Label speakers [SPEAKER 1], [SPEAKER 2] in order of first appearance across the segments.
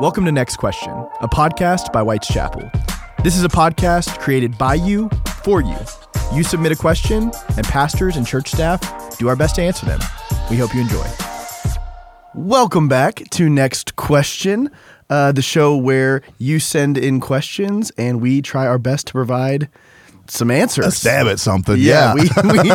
[SPEAKER 1] Welcome to Next Question, a podcast by Whitechapel. This is a podcast created by you for you. You submit a question, and pastors and church staff do our best to answer them. We hope you enjoy. Welcome back to Next Question, uh, the show where you send in questions and we try our best to provide some answers.
[SPEAKER 2] a stab at something.
[SPEAKER 1] Yeah,
[SPEAKER 2] Yeah.
[SPEAKER 1] we, we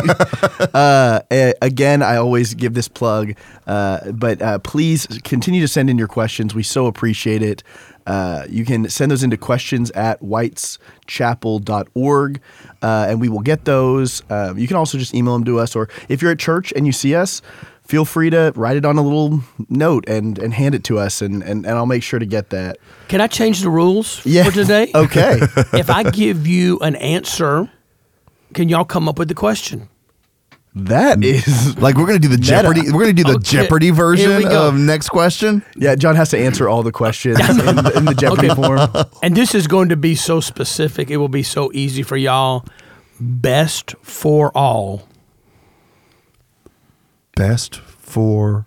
[SPEAKER 1] uh, a- again, I always give this plug, uh, but uh, please continue to send in your questions. We so appreciate it. Uh, you can send those into questions at whiteschapel.org, uh, and we will get those. Um, you can also just email them to us, or if you're at church and you see us, feel free to write it on a little note and, and hand it to us, and, and, and I'll make sure to get that.
[SPEAKER 3] Can I change the rules
[SPEAKER 1] Yeah. Oh.
[SPEAKER 3] for today?
[SPEAKER 1] Okay.
[SPEAKER 3] if I give you an answer, can y'all come up with the question?
[SPEAKER 1] that is.
[SPEAKER 2] like we're gonna do the Jeopardy. We're gonna do the
[SPEAKER 3] Okay,
[SPEAKER 2] Jeopardy
[SPEAKER 3] here we
[SPEAKER 2] version
[SPEAKER 3] go.
[SPEAKER 2] of next question.
[SPEAKER 1] Yeah, John has to answer all the questions in, the- in the Jeopardy
[SPEAKER 3] Okay.
[SPEAKER 1] form.
[SPEAKER 3] And this is going to be so specific, it will be so easy for y'all. Best for all.
[SPEAKER 2] Best for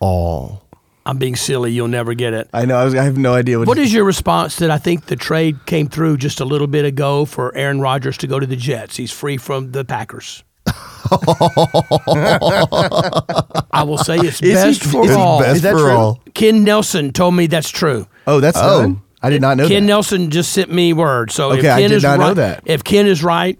[SPEAKER 2] all.
[SPEAKER 3] I'm being silly. You'll never get it.
[SPEAKER 1] I know. I, was, I have no idea what.
[SPEAKER 3] What is your response that I think the trade came through just a little bit ago for Aaron Rodgers to go to the Jets? He's free from the Packers. I will say
[SPEAKER 1] Is
[SPEAKER 3] it's
[SPEAKER 1] he-
[SPEAKER 3] best for
[SPEAKER 1] is he
[SPEAKER 3] all.
[SPEAKER 2] best
[SPEAKER 1] Is that
[SPEAKER 2] for
[SPEAKER 1] true?
[SPEAKER 2] all.
[SPEAKER 3] Ken Nelson told me that's true.
[SPEAKER 1] Oh, that's oh. I did not know
[SPEAKER 3] Ken
[SPEAKER 1] that.
[SPEAKER 3] Nelson just sent me word. So if
[SPEAKER 1] Okay, I
[SPEAKER 3] Ken
[SPEAKER 1] did
[SPEAKER 3] is
[SPEAKER 1] not know
[SPEAKER 3] right,
[SPEAKER 1] that.
[SPEAKER 3] If Ken is right,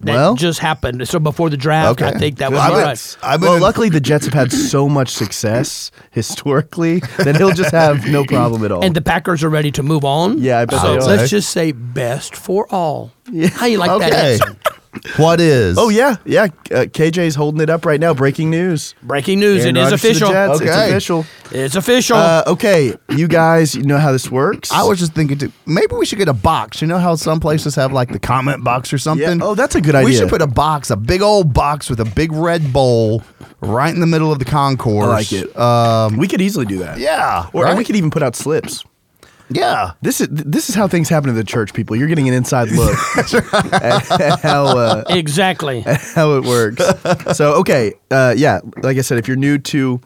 [SPEAKER 3] that
[SPEAKER 1] Well.
[SPEAKER 3] just happened. So before the draft, I think that was
[SPEAKER 2] I've been,
[SPEAKER 3] right.
[SPEAKER 2] I've been
[SPEAKER 1] well,
[SPEAKER 2] in-
[SPEAKER 1] luckily the Jets have had so much success historically that he'll just have no problem at all.
[SPEAKER 3] And the Packers are ready to move on.
[SPEAKER 1] Yeah, I bet
[SPEAKER 3] so
[SPEAKER 1] they are.
[SPEAKER 3] let's just say best for all. How you like that?
[SPEAKER 2] okay.
[SPEAKER 3] answer?
[SPEAKER 2] what is?
[SPEAKER 1] oh yeah, yeah. Uh, KJ's holding it up right now. Breaking news.
[SPEAKER 3] Breaking news.
[SPEAKER 1] Aaron
[SPEAKER 3] it is
[SPEAKER 1] Rodgers to the
[SPEAKER 3] official. Oh.
[SPEAKER 1] Jets. It's
[SPEAKER 2] Okay.
[SPEAKER 1] official.
[SPEAKER 3] It's official.
[SPEAKER 1] Uh, okay, you guys, you know how this works.
[SPEAKER 2] I was just thinking, too, maybe we should get a box. You know how some places have like the comment box or something.
[SPEAKER 1] Yeah. Oh, that's a good
[SPEAKER 2] We
[SPEAKER 1] idea.
[SPEAKER 2] should put a box, a big old box with a big red bowl, right in the middle of the concourse.
[SPEAKER 1] I like it. Um, we could easily do that.
[SPEAKER 2] Yeah,
[SPEAKER 1] Or
[SPEAKER 2] right?
[SPEAKER 1] we could even put out slips.
[SPEAKER 2] Yeah,
[SPEAKER 1] This is this is how things happen to the church people. You're getting an inside look at, at how uh,
[SPEAKER 3] exactly.
[SPEAKER 1] how it works. so okay, uh, yeah, like I said, if you're new to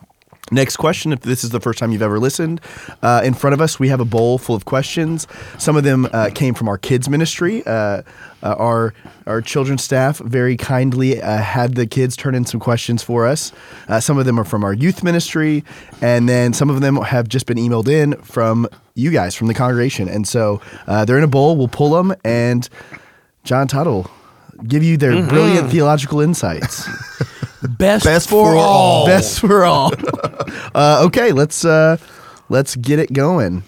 [SPEAKER 1] next question, if this is the first time you've ever listened, uh, in front of us we have a bowl full of questions. Some of them uh, came from our kids ministry. Uh, uh, our our children's staff very kindly uh, had the kids turn in some questions for us. Uh, some of them are from our youth ministry, and then some of them have just been emailed in from you guys from the congregation. And so uh, they're in a bowl. We'll pull them and. John Tuttle give you their
[SPEAKER 2] Mm-hmm.
[SPEAKER 1] brilliant theological insights.
[SPEAKER 3] Best,
[SPEAKER 2] Best
[SPEAKER 3] for,
[SPEAKER 2] for
[SPEAKER 3] all.
[SPEAKER 2] all.
[SPEAKER 1] Best for all. uh, okay, let's uh, let's get it going.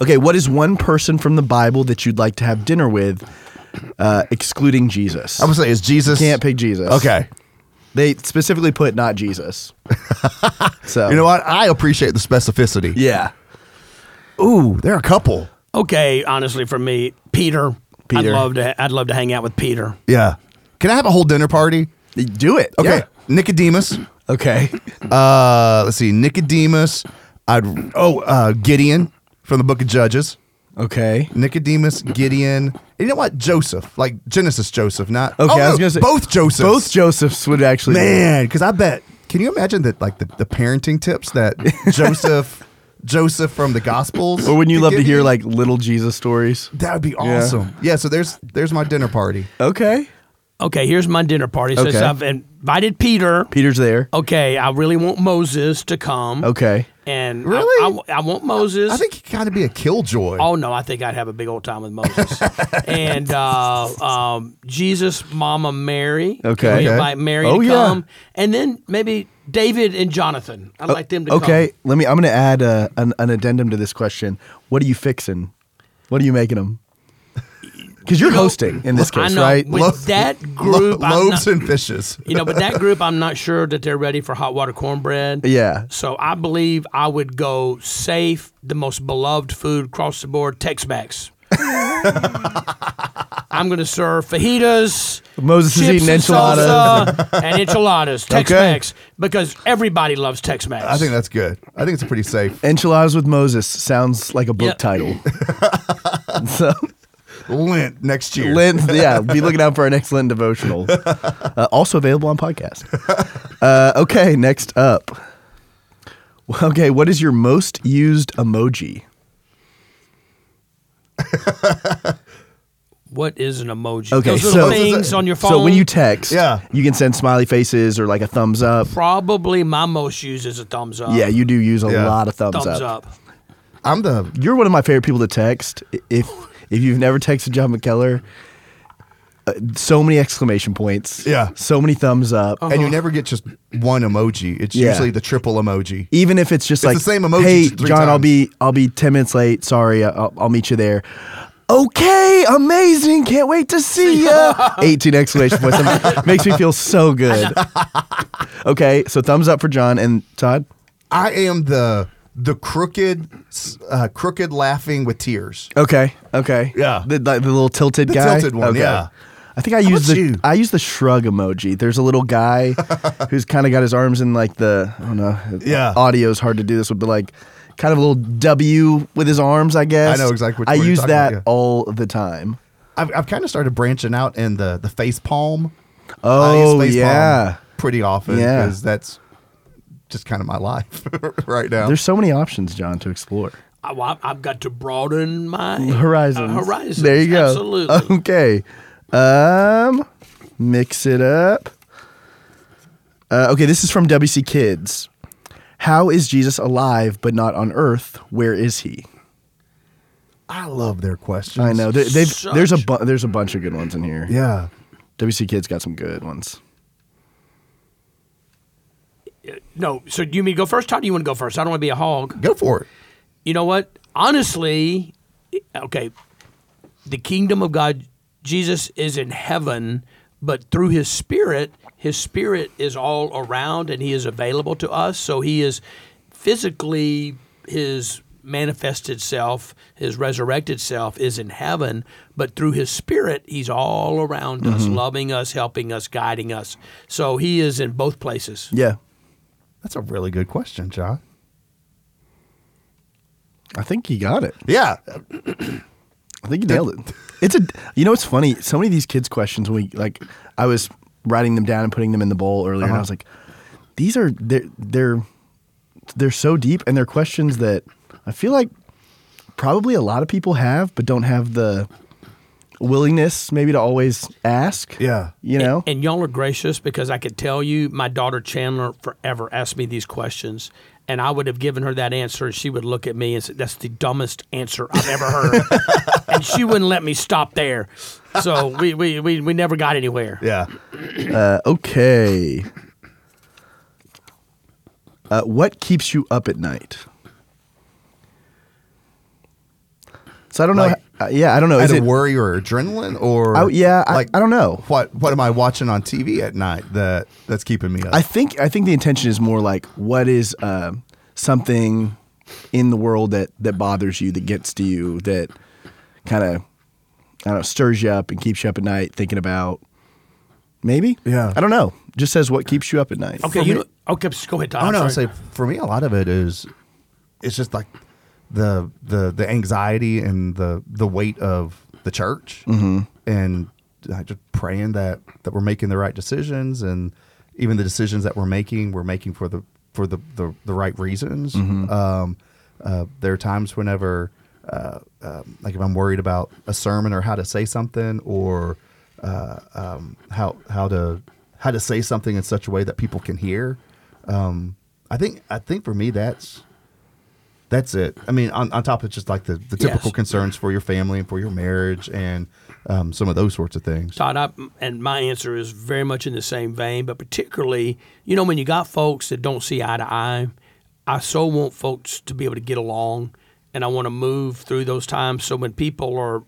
[SPEAKER 1] Okay, what is one person from the Bible that you'd like to have dinner with, uh, excluding Jesus?
[SPEAKER 2] I would say it's Jesus.
[SPEAKER 1] can't pick Jesus.
[SPEAKER 2] Okay,
[SPEAKER 1] they specifically put not Jesus. so
[SPEAKER 2] you know what? I appreciate the specificity.
[SPEAKER 1] Yeah,
[SPEAKER 2] Ooh, there are a couple.
[SPEAKER 3] Okay, honestly, for me, Peter.
[SPEAKER 1] Peter.
[SPEAKER 3] I'd love to. I'd love to hang out with Peter.
[SPEAKER 2] Yeah. Can I have a whole dinner party?
[SPEAKER 1] do it.
[SPEAKER 2] Okay.
[SPEAKER 1] Yeah.
[SPEAKER 2] Nicodemus.
[SPEAKER 1] Okay.
[SPEAKER 2] Uh, let's see. Nicodemus. I'd oh uh, Gideon from the Book of Judges.
[SPEAKER 1] Okay.
[SPEAKER 2] Nicodemus, Gideon. And you know what? Joseph, like Genesis Joseph, not
[SPEAKER 1] Okay.
[SPEAKER 2] Oh,
[SPEAKER 1] I was
[SPEAKER 2] no,
[SPEAKER 1] gonna say
[SPEAKER 2] both Josephs.
[SPEAKER 1] Both Josephs would actually. be-
[SPEAKER 2] Man, because I bet. Can you imagine that? Like the, the parenting tips that Joseph, Joseph from the Gospels.
[SPEAKER 1] Or wouldn't you
[SPEAKER 2] could
[SPEAKER 1] love to
[SPEAKER 2] give
[SPEAKER 1] hear
[SPEAKER 2] you?
[SPEAKER 1] like little Jesus stories?
[SPEAKER 2] That would be awesome. Yeah. So there's there's my dinner party.
[SPEAKER 1] Okay.
[SPEAKER 3] Okay, here's my dinner party. Since
[SPEAKER 1] Okay.
[SPEAKER 3] I've invited Peter.
[SPEAKER 1] Peter's there.
[SPEAKER 3] Okay, I really want Moses to come.
[SPEAKER 1] Okay.
[SPEAKER 3] And I-
[SPEAKER 2] Really?
[SPEAKER 3] I, w- I want Moses.
[SPEAKER 2] I think you gotta be a killjoy.
[SPEAKER 3] Oh no, I think I'd have a big old time with Moses and uh, um, Jesus, Mama Mary. Can
[SPEAKER 1] Okay.
[SPEAKER 3] we
[SPEAKER 1] Okay.
[SPEAKER 3] invite Mary
[SPEAKER 1] Oh,
[SPEAKER 3] to
[SPEAKER 1] yeah.
[SPEAKER 3] come, and then maybe David and Jonathan. I'd like them to
[SPEAKER 1] Uh, okay, let me. I'm going to add uh, an, an addendum to this question. What are you fixing? What are you making them? Because you're
[SPEAKER 3] know-
[SPEAKER 1] hosting in this
[SPEAKER 3] come. I
[SPEAKER 1] case,
[SPEAKER 3] know
[SPEAKER 1] right?
[SPEAKER 3] with
[SPEAKER 2] Lo-
[SPEAKER 3] that group, I'm
[SPEAKER 2] loaves
[SPEAKER 3] not-
[SPEAKER 2] and fishes.
[SPEAKER 3] you know, but that group, I'm not sure that they're ready for hot water cornbread.
[SPEAKER 1] Yeah.
[SPEAKER 3] So I believe I would go safe, the most beloved food across the board, Tex-Mex. I'm going to serve fajitas.
[SPEAKER 1] Moses is
[SPEAKER 3] chips
[SPEAKER 1] eating
[SPEAKER 3] and
[SPEAKER 1] enchiladas.
[SPEAKER 3] salsa, and enchiladas, Tex-Mex, because everybody loves Tex-Mex.
[SPEAKER 2] I think that's good. I think it's pretty safe.
[SPEAKER 1] Enchiladas with Moses sounds like a book
[SPEAKER 3] Yeah.
[SPEAKER 1] title. so
[SPEAKER 2] Lent next year.
[SPEAKER 1] Lent, yeah, be looking out for our next Lent devotional. Uh, also available on podcast. Uh, okay, next up, Okay, what is your most used emoji?
[SPEAKER 3] What is an emoji?
[SPEAKER 1] Okay,
[SPEAKER 3] Those
[SPEAKER 1] so-
[SPEAKER 3] little things on your phone.
[SPEAKER 1] So when you text,
[SPEAKER 2] Yeah.
[SPEAKER 1] you can send smiley faces or like a thumbs up.
[SPEAKER 3] probably my most used is a thumbs up.
[SPEAKER 1] Yeah, you do use a
[SPEAKER 2] Yeah.
[SPEAKER 1] lot of thumbs,
[SPEAKER 3] Uh, thumbs,
[SPEAKER 1] up.
[SPEAKER 3] up.
[SPEAKER 2] I'm the
[SPEAKER 1] You're one of my favorite people to text. I- If if you've never texted John McKellar, uh, so many exclamation points.
[SPEAKER 2] Yeah.
[SPEAKER 1] So many thumbs up.
[SPEAKER 3] Oh,
[SPEAKER 2] and you never get just one emoji. It's
[SPEAKER 1] Uh-huh. Yeah.
[SPEAKER 2] usually the triple emoji.
[SPEAKER 1] Even if it's just
[SPEAKER 2] It's
[SPEAKER 1] like
[SPEAKER 2] the same emoji
[SPEAKER 1] Hey,
[SPEAKER 2] just three
[SPEAKER 1] John, I'll
[SPEAKER 2] times."
[SPEAKER 1] be I'll be ten minutes late. Sorry, I- I'll, I'll meet you there. Okay, amazing! Can't wait to see ya. Eighteen exclamation points That makes me feel so good. Okay, so thumbs up for John and Todd.
[SPEAKER 2] I am the the crooked uh, crooked laughing with tears.
[SPEAKER 1] Okay. Okay.
[SPEAKER 2] Yeah.
[SPEAKER 1] The, the, the little tilted guy.
[SPEAKER 2] tilted one, yeah.
[SPEAKER 1] I think I use the
[SPEAKER 2] about you?
[SPEAKER 1] I use the shrug emoji. There's a little guy who's kind of got his arms in like the I don't know.
[SPEAKER 2] Yeah.
[SPEAKER 1] Audio's hard to do this with, but like kind of a little W with his arms. I guess.
[SPEAKER 2] I know exactly which
[SPEAKER 1] I
[SPEAKER 2] one you're
[SPEAKER 1] use
[SPEAKER 2] talking
[SPEAKER 1] that
[SPEAKER 2] about, yeah.
[SPEAKER 1] all the time.
[SPEAKER 2] I've, I've kind of started branching out in the the face palm. I use
[SPEAKER 1] Oh
[SPEAKER 2] face palm
[SPEAKER 1] yeah.
[SPEAKER 2] pretty often
[SPEAKER 1] Yeah.
[SPEAKER 2] because that's just kind of my life right now.
[SPEAKER 1] There's so many options, John, to explore.
[SPEAKER 3] I, well, I- I've got to broaden my
[SPEAKER 1] Horizons.
[SPEAKER 3] Uh, horizons.
[SPEAKER 1] There you go.
[SPEAKER 3] Absolutely.
[SPEAKER 1] Okay. Um, mix it up. Uh, okay, this is from WC Kids. How is Jesus alive but not on earth? Where is he?
[SPEAKER 2] I love their questions.
[SPEAKER 1] I know they, they've,
[SPEAKER 3] Such-
[SPEAKER 1] there's a bu- there's a bunch of good ones in here.
[SPEAKER 2] Yeah.
[SPEAKER 1] WC Kids got some good ones.
[SPEAKER 3] no, so do you mean go first, Todd? or You want to go first? I don't want to be a hog.
[SPEAKER 2] Go for it.
[SPEAKER 3] you know what? Honestly, okay, the kingdom of God, Jesus is in heaven, but through his spirit, his spirit is all around and he is available to us. So he is physically his manifested self, his resurrected self is in heaven, but through his spirit, he's all around us, loving us, helping us, guiding us. So he is in both places.
[SPEAKER 1] Yeah,
[SPEAKER 2] That's a really good question, John.
[SPEAKER 1] I think he got it.
[SPEAKER 2] Yeah.
[SPEAKER 1] I think you nailed it. It's a you know it's funny. So many of these kids' questions we like. I was writing them down and putting them in the bowl earlier, and I
[SPEAKER 2] Uh-huh.
[SPEAKER 1] was like, these are they're they're they're so deep, and they're questions that I feel like probably a lot of people have, but don't have the willingness maybe to always ask.
[SPEAKER 2] Yeah.
[SPEAKER 1] you
[SPEAKER 3] And-
[SPEAKER 1] know.
[SPEAKER 3] And, y'all are gracious because I could tell you my daughter Chandler forever asked me these questions. And I would have given her that answer, and she would look at me and say, "That's the dumbest answer I've ever heard." and she wouldn't let me stop there, so we we, we, we never got anywhere.
[SPEAKER 2] Yeah.
[SPEAKER 1] Uh, okay. Uh, what keeps you up at night? So I don't know.
[SPEAKER 2] Like,
[SPEAKER 1] uh, yeah, I don't know. Is
[SPEAKER 2] Out
[SPEAKER 1] it
[SPEAKER 2] of worry or adrenaline or
[SPEAKER 1] Oh yeah,
[SPEAKER 2] like
[SPEAKER 1] I, I don't know.
[SPEAKER 2] what what am I watching on TV at night that that's keeping me up?
[SPEAKER 1] I think I think the intention is more like what is uh, something in the world that that bothers you, that gets to you, that kind of I don't know stirs you up and keeps you up at night thinking about. Maybe.
[SPEAKER 2] Yeah.
[SPEAKER 1] I don't know. Just says what keeps you up at night.
[SPEAKER 3] Okay, you know, okay, just go ahead, Todd.
[SPEAKER 2] Oh
[SPEAKER 3] I'm
[SPEAKER 2] no, I
[SPEAKER 3] sorry.
[SPEAKER 2] say for me, a lot of it is, it's just like the the the anxiety and the the weight of the church, and I just praying that that we're making the right decisions, and even the decisions that we're making, we're making for the for the the, the right reasons. Um, uh, there are times whenever, uh, um, like if I'm worried about a sermon or how to say something or uh, um, how how to how to say something in such a way that people can hear. Um, I think I think for me that's that's it. I mean, on, on top of just like the, the typical
[SPEAKER 3] Yes.
[SPEAKER 2] concerns for your family and for your marriage and um, some of those sorts of things.
[SPEAKER 3] Todd, I, and my answer is very much in the same vein, but particularly, you know, when you got folks that don't see eye to eye, I so want folks to be able to get along, and I want to move through those times. So when people are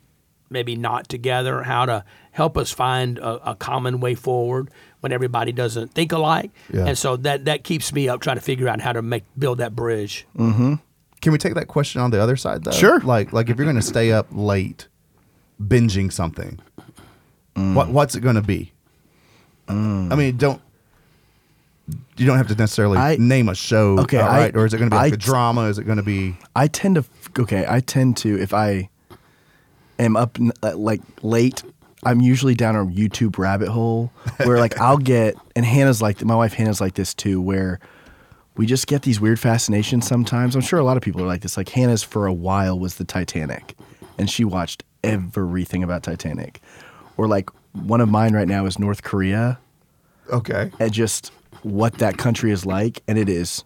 [SPEAKER 3] maybe not together, how to help us find a, a common way forward when everybody doesn't think alike,
[SPEAKER 2] Yeah.
[SPEAKER 3] and so that that keeps me up trying to figure out how to make build that bridge.
[SPEAKER 2] Can we take that question on the other side though?
[SPEAKER 1] Sure.
[SPEAKER 2] Like like if you're going to stay up late binging something,
[SPEAKER 1] Mm.
[SPEAKER 2] what what's it going to be? I mean, don't you don't have to necessarily
[SPEAKER 1] I-
[SPEAKER 2] name a show,
[SPEAKER 1] Okay, I-
[SPEAKER 2] right? or is it going to be like
[SPEAKER 1] I-
[SPEAKER 2] a drama? Is it going to be
[SPEAKER 1] I tend to okay. I tend to if I am up n- uh, like late, I'm usually down a YouTube rabbit hole where like I'll get and Hannah's like my wife Hannah's like this too, where we just get these weird fascinations sometimes. I'm sure a lot of people are like this. Like Hannah's for a while was the Titanic, and she watched everything about Titanic. Or like one of mine right now is North Korea
[SPEAKER 2] Okay.
[SPEAKER 1] and just what that country is like, and it is,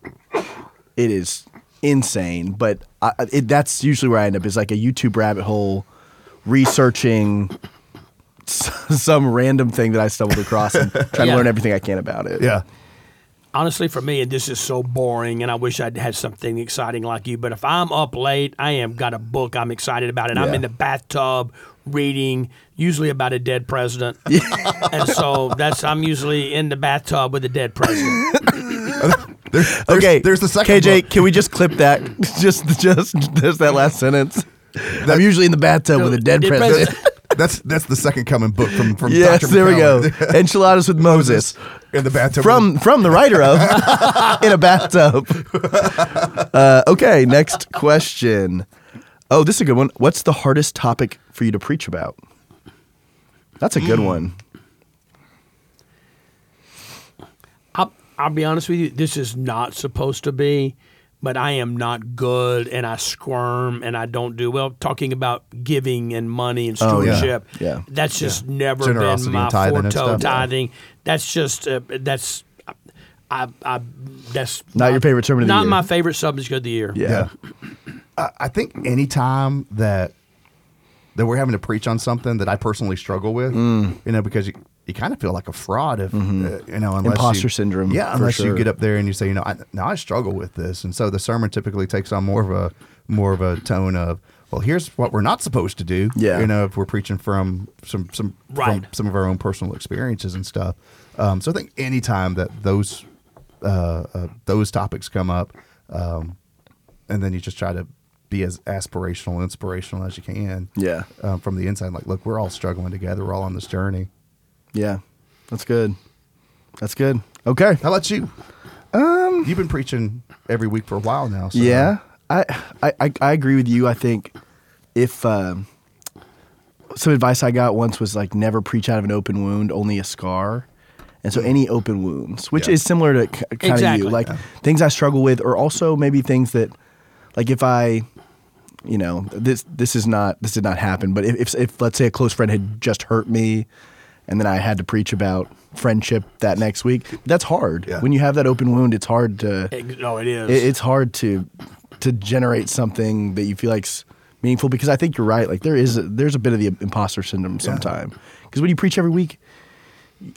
[SPEAKER 1] it is insane. But I, it, that's usually where I end up is like a YouTube rabbit hole, researching s- some random thing that I stumbled across and trying
[SPEAKER 3] Yeah.
[SPEAKER 1] to learn everything I can about it.
[SPEAKER 2] Yeah.
[SPEAKER 3] honestly for me and this is so boring and i wish i'd had something exciting like you but if i'm up late i am got a book i'm excited about it i'm
[SPEAKER 1] Yeah.
[SPEAKER 3] in the bathtub reading usually about a dead president and so that's i'm usually in the bathtub with a dead president
[SPEAKER 2] There's-
[SPEAKER 1] okay,
[SPEAKER 2] There's the second
[SPEAKER 1] KJ,
[SPEAKER 2] book.
[SPEAKER 1] can we just clip that? just, just, just that last sentence. I'm usually in the bathtub with a dead
[SPEAKER 3] Dead
[SPEAKER 1] president.
[SPEAKER 3] president.
[SPEAKER 2] That's that's the second coming book from from
[SPEAKER 1] Yes,
[SPEAKER 2] Dr.
[SPEAKER 1] there we go.
[SPEAKER 2] McCallum.
[SPEAKER 1] Enchiladas with Moses.
[SPEAKER 2] in the bathtub
[SPEAKER 1] from from the writer of in a bathtub. Uh, okay, next question. Oh, this is a good one. What's the hardest topic for you to preach about? That's a good one.
[SPEAKER 3] I'll, I'll be honest with you this is not supposed to be but i am not good and i squirm and i don't do well talking about giving and money and
[SPEAKER 1] Oh, yeah.
[SPEAKER 3] stewardship
[SPEAKER 1] Yeah.
[SPEAKER 3] that's just never
[SPEAKER 2] Generosity
[SPEAKER 3] been my
[SPEAKER 2] and tithing and
[SPEAKER 3] forte
[SPEAKER 2] stuff.
[SPEAKER 3] tithing that's just uh, that's I, I that's
[SPEAKER 1] Not
[SPEAKER 3] my-
[SPEAKER 1] your favorite sermon of the
[SPEAKER 3] not
[SPEAKER 1] year.
[SPEAKER 3] my favorite subject of the year
[SPEAKER 1] Yeah.
[SPEAKER 2] I, I think any time that that we're having to preach on something that I personally struggle with,
[SPEAKER 1] Mm.
[SPEAKER 2] you know, because you, you kind of feel like a fraud if uh, you know unless
[SPEAKER 1] Mm-hmm. Imposter
[SPEAKER 2] you,
[SPEAKER 1] syndrome,
[SPEAKER 2] Yeah,
[SPEAKER 1] for
[SPEAKER 2] unless
[SPEAKER 1] sure.
[SPEAKER 2] you get up there and you say, you know, I, now I struggle with this, and so the sermon typically takes on more of a more of a tone of, well, here's what we're not supposed to do.
[SPEAKER 1] Yeah.
[SPEAKER 2] you know, if we're preaching from some some
[SPEAKER 3] Right.
[SPEAKER 2] from some of our own personal experiences and stuff. Um, so I think any time that those uh, uh, those topics come up, um, and then you just try to be as aspirational, inspirational as you can.
[SPEAKER 1] Yeah.
[SPEAKER 2] Um, from the inside, like, look, we're all struggling together. We're all on this journey.
[SPEAKER 1] Yeah. That's good. That's good. Okay.
[SPEAKER 2] How about you? Um, you've been preaching every week for a while now. So
[SPEAKER 1] Yeah, I, I I I agree with you. I think if um, some advice I got once was like never preach out of an open wound, only a scar. And so any open wounds, which
[SPEAKER 2] Mm. Yeah.
[SPEAKER 1] is similar to kind of
[SPEAKER 3] Exactly.
[SPEAKER 1] you, like things I struggle with, or also maybe things that, like if I, you know, this this is not this did not happen, but if if, if let's say a close friend had just hurt me. And then I had to preach about friendship that next week. That's hard.
[SPEAKER 2] Yeah.
[SPEAKER 1] When you have that open wound, it's hard to
[SPEAKER 3] Ex- no it is
[SPEAKER 1] it, it's hard to to generate something that you feel like's meaningful because I think you're right. Like there is a, there's a bit of the imposter syndrome sometime because when you preach every week,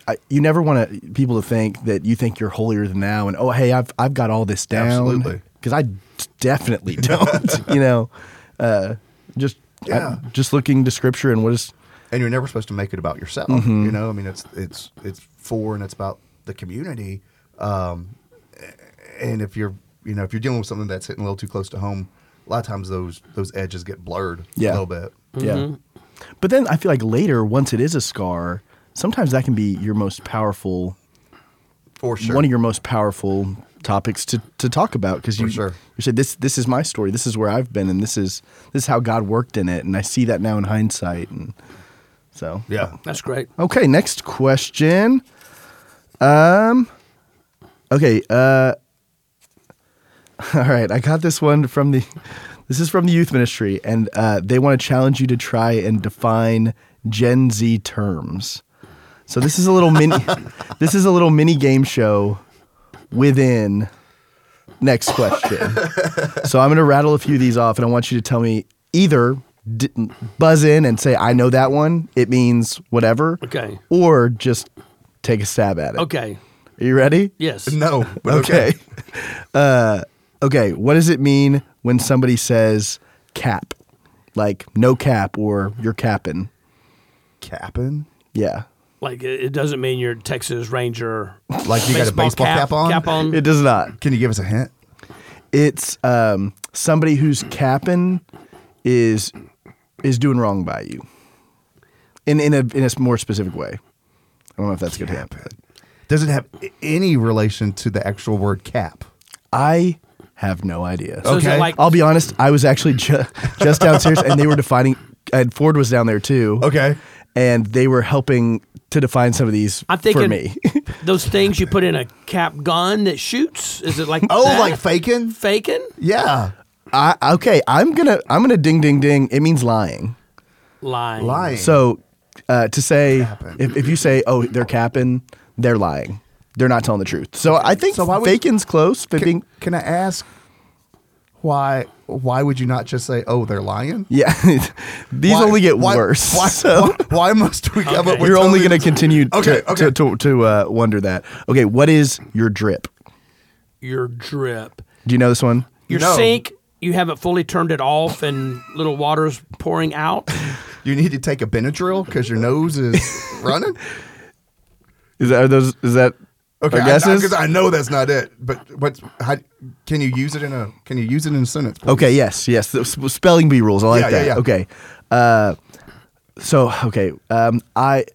[SPEAKER 1] I, you never want to, people to think that you think you're holier than thou and oh hey I've I've got all this down
[SPEAKER 2] Absolutely.
[SPEAKER 1] because I definitely don't you know uh, just I-
[SPEAKER 2] Yeah.
[SPEAKER 1] just looking to scripture and what is
[SPEAKER 2] and you're never supposed to make it about yourself.
[SPEAKER 1] Mm-hmm.
[SPEAKER 2] You know, I mean, it's it's it's for and it's about the community. Um, and if you're you know if you're dealing with something that's hitting a little too close to home, a lot of times those those edges get blurred
[SPEAKER 1] Yeah.
[SPEAKER 2] a little bit. Mm-hmm.
[SPEAKER 1] Yeah. But then I feel like later, once it is a scar, sometimes that can be your most powerful
[SPEAKER 2] For sure.
[SPEAKER 1] one of your most powerful topics to, to talk about because you
[SPEAKER 2] For sure.
[SPEAKER 1] you said this this is my story this is where I've been and this is this is how God worked in it and I see that now in hindsight and so
[SPEAKER 2] yeah.
[SPEAKER 3] that's great
[SPEAKER 1] okay next question um okay uh all right I got this one from the this is from the youth ministry and uh, they want to challenge you to try and define Gen Z terms so this is a little mini this is a little mini game show within next question. so I'm going to rattle a few of these off, and I want you to tell me either d- buzz in and say, I know that one. It means whatever.
[SPEAKER 3] Okay.
[SPEAKER 1] Or just take a stab at it.
[SPEAKER 3] okay
[SPEAKER 1] Are you ready?
[SPEAKER 3] yes
[SPEAKER 2] No. But
[SPEAKER 1] Okay. uh, okay. What does it mean when somebody says cap? Like no cap or you're capping?
[SPEAKER 2] Capping.
[SPEAKER 1] Yeah.
[SPEAKER 3] like it it doesn't mean you're texas ranger
[SPEAKER 2] Like you got a baseball cap, on?
[SPEAKER 3] cap on
[SPEAKER 1] It does not.
[SPEAKER 2] Can you give us a hint?
[SPEAKER 1] it's um, somebody who's capping is is doing wrong by you in in a in a more specific way. I don't know if that's a good hint.
[SPEAKER 2] Does it have a- any relation to the actual word cap?
[SPEAKER 1] I have no idea.
[SPEAKER 3] So is it
[SPEAKER 2] Okay.
[SPEAKER 3] like
[SPEAKER 1] I'll be honest. I was actually ju- just downstairs, and they were defining. And Ford was down there too.
[SPEAKER 2] Okay.
[SPEAKER 1] and they were helping to define some of these
[SPEAKER 3] I'm thinking
[SPEAKER 1] for me.
[SPEAKER 3] those things you put in a cap gun that shoots. Is it like
[SPEAKER 2] Oh,
[SPEAKER 3] that?
[SPEAKER 2] like faking?
[SPEAKER 3] faking
[SPEAKER 2] Yeah.
[SPEAKER 1] I, okay, I'm gonna I'm gonna ding ding ding. It means lying.
[SPEAKER 3] lying?
[SPEAKER 2] Lying.
[SPEAKER 1] So uh, to say if, if you say oh they're capping, they're lying. They're not telling the truth. So I think
[SPEAKER 2] So why would-
[SPEAKER 1] faking's close. But
[SPEAKER 2] can,
[SPEAKER 1] being
[SPEAKER 2] can I ask why why would you not just say, oh, they're lying?
[SPEAKER 1] yeah, these
[SPEAKER 2] Why-
[SPEAKER 1] only get
[SPEAKER 2] why-
[SPEAKER 1] worse.
[SPEAKER 2] Why,
[SPEAKER 1] so.
[SPEAKER 2] why, why must we come up
[SPEAKER 3] Okay.
[SPEAKER 2] with
[SPEAKER 1] You're only
[SPEAKER 2] totally-
[SPEAKER 1] going to continue to-
[SPEAKER 2] Okay,
[SPEAKER 1] to,
[SPEAKER 2] okay.
[SPEAKER 1] to, to uh, wonder that. Okay, what is your drip?
[SPEAKER 3] Your drip.
[SPEAKER 1] Do you know this one?
[SPEAKER 3] Your
[SPEAKER 2] No.
[SPEAKER 3] sink. You haven't fully turned it off, and little water's pouring out.
[SPEAKER 2] You need to take a Benadryl because your nose is running?
[SPEAKER 1] Is that are those? Is that
[SPEAKER 2] Okay,
[SPEAKER 1] our
[SPEAKER 2] because
[SPEAKER 1] guesses?
[SPEAKER 2] I, know that's not it. But what? How, can you use it in a? Can you use it in a sentence? please?
[SPEAKER 1] okay, yes, yes. The sp- spelling bee rules. I like
[SPEAKER 2] Yeah, yeah,
[SPEAKER 1] that.
[SPEAKER 2] yeah.
[SPEAKER 1] Okay. Uh, so okay, um, I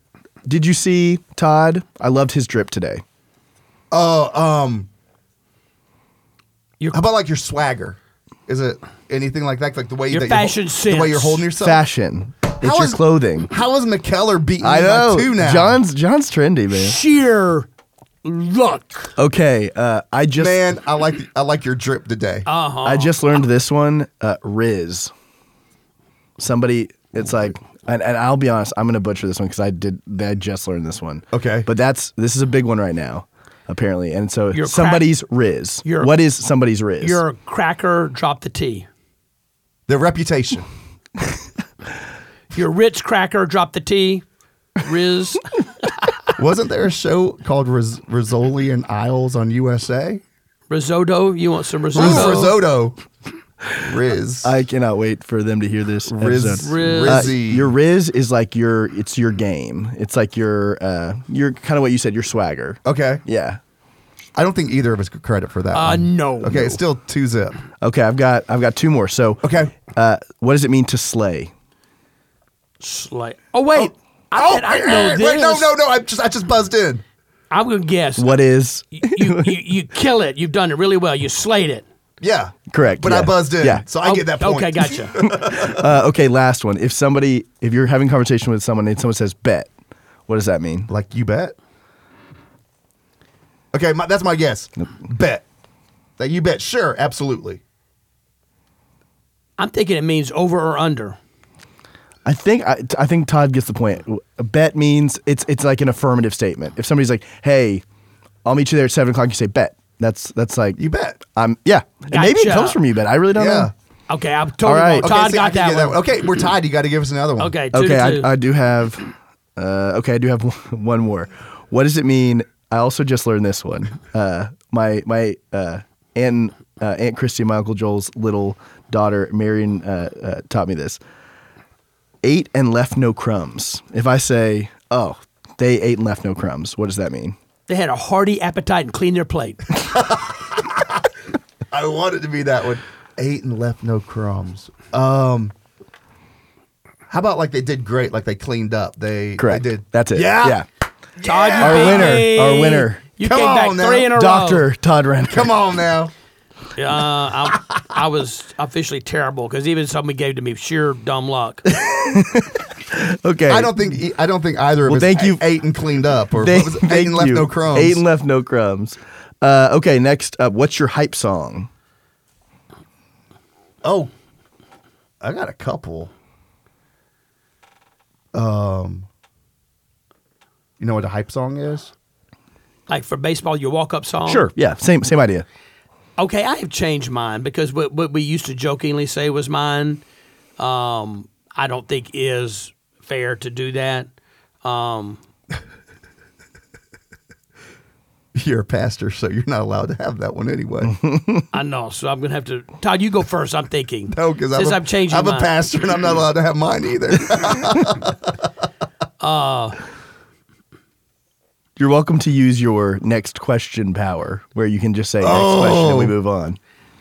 [SPEAKER 1] did you see Todd? I loved his drip today.
[SPEAKER 2] How about like your swagger? Is it anything like that? Like the way
[SPEAKER 3] Your
[SPEAKER 2] that
[SPEAKER 3] fashion
[SPEAKER 2] you're, the way you're
[SPEAKER 3] sense.
[SPEAKER 2] holding yourself.
[SPEAKER 1] Fashion. It's
[SPEAKER 2] How
[SPEAKER 1] your
[SPEAKER 2] is-
[SPEAKER 1] clothing.
[SPEAKER 2] How is McKellar beating
[SPEAKER 1] I
[SPEAKER 2] you by
[SPEAKER 1] know.
[SPEAKER 2] two now?
[SPEAKER 1] John's John's trendy man.
[SPEAKER 3] Sheer luck.
[SPEAKER 1] Okay, uh, I just
[SPEAKER 2] man, I like the, I like your drip today.
[SPEAKER 3] Uh huh.
[SPEAKER 1] I just learned this one, uh, Riz. Somebody, it's
[SPEAKER 2] Oh,
[SPEAKER 1] like, and, and I'll be honest, I'm gonna butcher this one because I did, I just learned this one.
[SPEAKER 2] Okay.
[SPEAKER 1] but that's this is a big one right now, apparently. And so
[SPEAKER 3] You're crack-
[SPEAKER 1] somebody's Riz.
[SPEAKER 3] You're-
[SPEAKER 1] what is somebody's Riz?
[SPEAKER 3] Your cracker drop the tea.
[SPEAKER 2] the reputation.
[SPEAKER 3] Your Ritz cracker drop the tea. Riz.
[SPEAKER 2] Wasn't there a show called Riz- Rizzoli and Isles on USA?
[SPEAKER 3] risotto. You want some risotto?
[SPEAKER 2] Who's Risotto? Riz.
[SPEAKER 1] I cannot wait for them to hear this.
[SPEAKER 2] Riz.
[SPEAKER 1] episode.
[SPEAKER 3] Riz.
[SPEAKER 1] Uh,
[SPEAKER 2] Rizzy.
[SPEAKER 1] your Riz is like your, it's your game. It's like your, uh, your kind of what you said, your swagger.
[SPEAKER 2] okay.
[SPEAKER 1] Yeah.
[SPEAKER 2] I don't think either of us get credit for that.
[SPEAKER 3] Uh,
[SPEAKER 2] one.
[SPEAKER 3] no.
[SPEAKER 2] Okay, it's still two zip.
[SPEAKER 1] Okay, I've got, I've got two more. So,
[SPEAKER 2] Okay.
[SPEAKER 1] uh, what does it mean to slay?
[SPEAKER 3] Slay. Oh wait. I, bet I know
[SPEAKER 2] Oh, wait,
[SPEAKER 3] this.
[SPEAKER 2] no, no, no! I just I just buzzed in.
[SPEAKER 3] I'm gonna guess.
[SPEAKER 1] What is?
[SPEAKER 3] You, you, you, you kill it. You've done it really well. You slayed it.
[SPEAKER 2] Yeah.
[SPEAKER 1] Correct,
[SPEAKER 2] But
[SPEAKER 1] yeah.
[SPEAKER 2] I buzzed in.
[SPEAKER 1] Yeah.
[SPEAKER 2] So I
[SPEAKER 3] Oh,
[SPEAKER 2] get that point.
[SPEAKER 3] Okay, gotcha.
[SPEAKER 1] Uh, okay, last one. If somebody, if you're having a conversation with someone and someone says bet, what does that mean?
[SPEAKER 2] Like you bet. Okay, my, that's my guess. Bet. That you bet. Sure, absolutely.
[SPEAKER 3] I'm thinking it means over or under.
[SPEAKER 1] I think I, I think Todd gets the point. A bet means it's it's like an affirmative statement. If somebody's like, "Hey, I'll meet you there at seven o'clock," you say bet. That's that's like
[SPEAKER 2] You bet.
[SPEAKER 1] I'm yeah. And maybe it
[SPEAKER 3] Gotcha.
[SPEAKER 1] comes from you, bet. I really don't
[SPEAKER 2] Yeah.
[SPEAKER 1] know.
[SPEAKER 3] Okay, I'm totally
[SPEAKER 1] All right.
[SPEAKER 3] wrong. Todd
[SPEAKER 2] okay, see, I
[SPEAKER 3] got
[SPEAKER 2] can
[SPEAKER 3] that,
[SPEAKER 2] get
[SPEAKER 3] one.
[SPEAKER 2] Okay, we're tied. You got to give us another one.
[SPEAKER 3] Okay, two
[SPEAKER 1] Okay,
[SPEAKER 3] to two.
[SPEAKER 1] I, I do have. Uh, okay, I do have one, one more. What does it mean? I also just learned this one. Uh, my my uh, aunt uh, Aunt Christy and my uncle Joel's little daughter Marion uh, uh, taught me this. Ate and left no crumbs. If I say, "Oh, they ate and left no crumbs," what does that mean?
[SPEAKER 3] they had a hearty appetite and cleaned their plate.
[SPEAKER 2] I want it to be that one. Ate and left no crumbs. Um, how about like they did great? Like they cleaned up. They
[SPEAKER 1] Correct.
[SPEAKER 2] They did.
[SPEAKER 1] That's it.
[SPEAKER 2] Yeah.
[SPEAKER 1] Yeah.
[SPEAKER 3] Todd, you
[SPEAKER 1] Our
[SPEAKER 3] beat
[SPEAKER 1] winner.
[SPEAKER 3] me.
[SPEAKER 1] Our winner.
[SPEAKER 3] You
[SPEAKER 2] Come
[SPEAKER 3] came back
[SPEAKER 2] on now.
[SPEAKER 3] three in a row.
[SPEAKER 1] Doctor Todd Renner.
[SPEAKER 2] Come on now.
[SPEAKER 3] Uh, I, I was officially terrible because even someone gave to me sheer dumb luck.
[SPEAKER 1] Okay.
[SPEAKER 2] I don't think e- I don't think either of
[SPEAKER 1] Well,
[SPEAKER 2] us
[SPEAKER 1] thank
[SPEAKER 2] a-
[SPEAKER 1] you.
[SPEAKER 2] ate and cleaned up or
[SPEAKER 1] Thank-
[SPEAKER 2] what was it? ate
[SPEAKER 1] thank
[SPEAKER 2] and left
[SPEAKER 1] you.
[SPEAKER 2] no crumbs.
[SPEAKER 1] Ate and left no crumbs. Uh, okay, next up, what's your hype song?
[SPEAKER 2] Oh, I got a couple. Um, you know what a hype song is?
[SPEAKER 3] like for baseball, your walk up song.
[SPEAKER 1] Yeah. Same same idea.
[SPEAKER 3] Okay, I have changed mine because what, what we used to jokingly say was mine. Um, I don't think is fair to do that. Um,
[SPEAKER 2] You're a pastor, so you're not allowed to have that one anyway.
[SPEAKER 3] I know, so I'm gonna have to. Todd, you go first. I'm thinking.
[SPEAKER 2] no, because
[SPEAKER 3] since
[SPEAKER 2] I'm, a-
[SPEAKER 3] I've changed
[SPEAKER 2] I'm
[SPEAKER 3] mine.
[SPEAKER 2] a pastor, and I'm not allowed to have mine either.
[SPEAKER 1] You're welcome to use your next question power, where you can just say next question and we move on.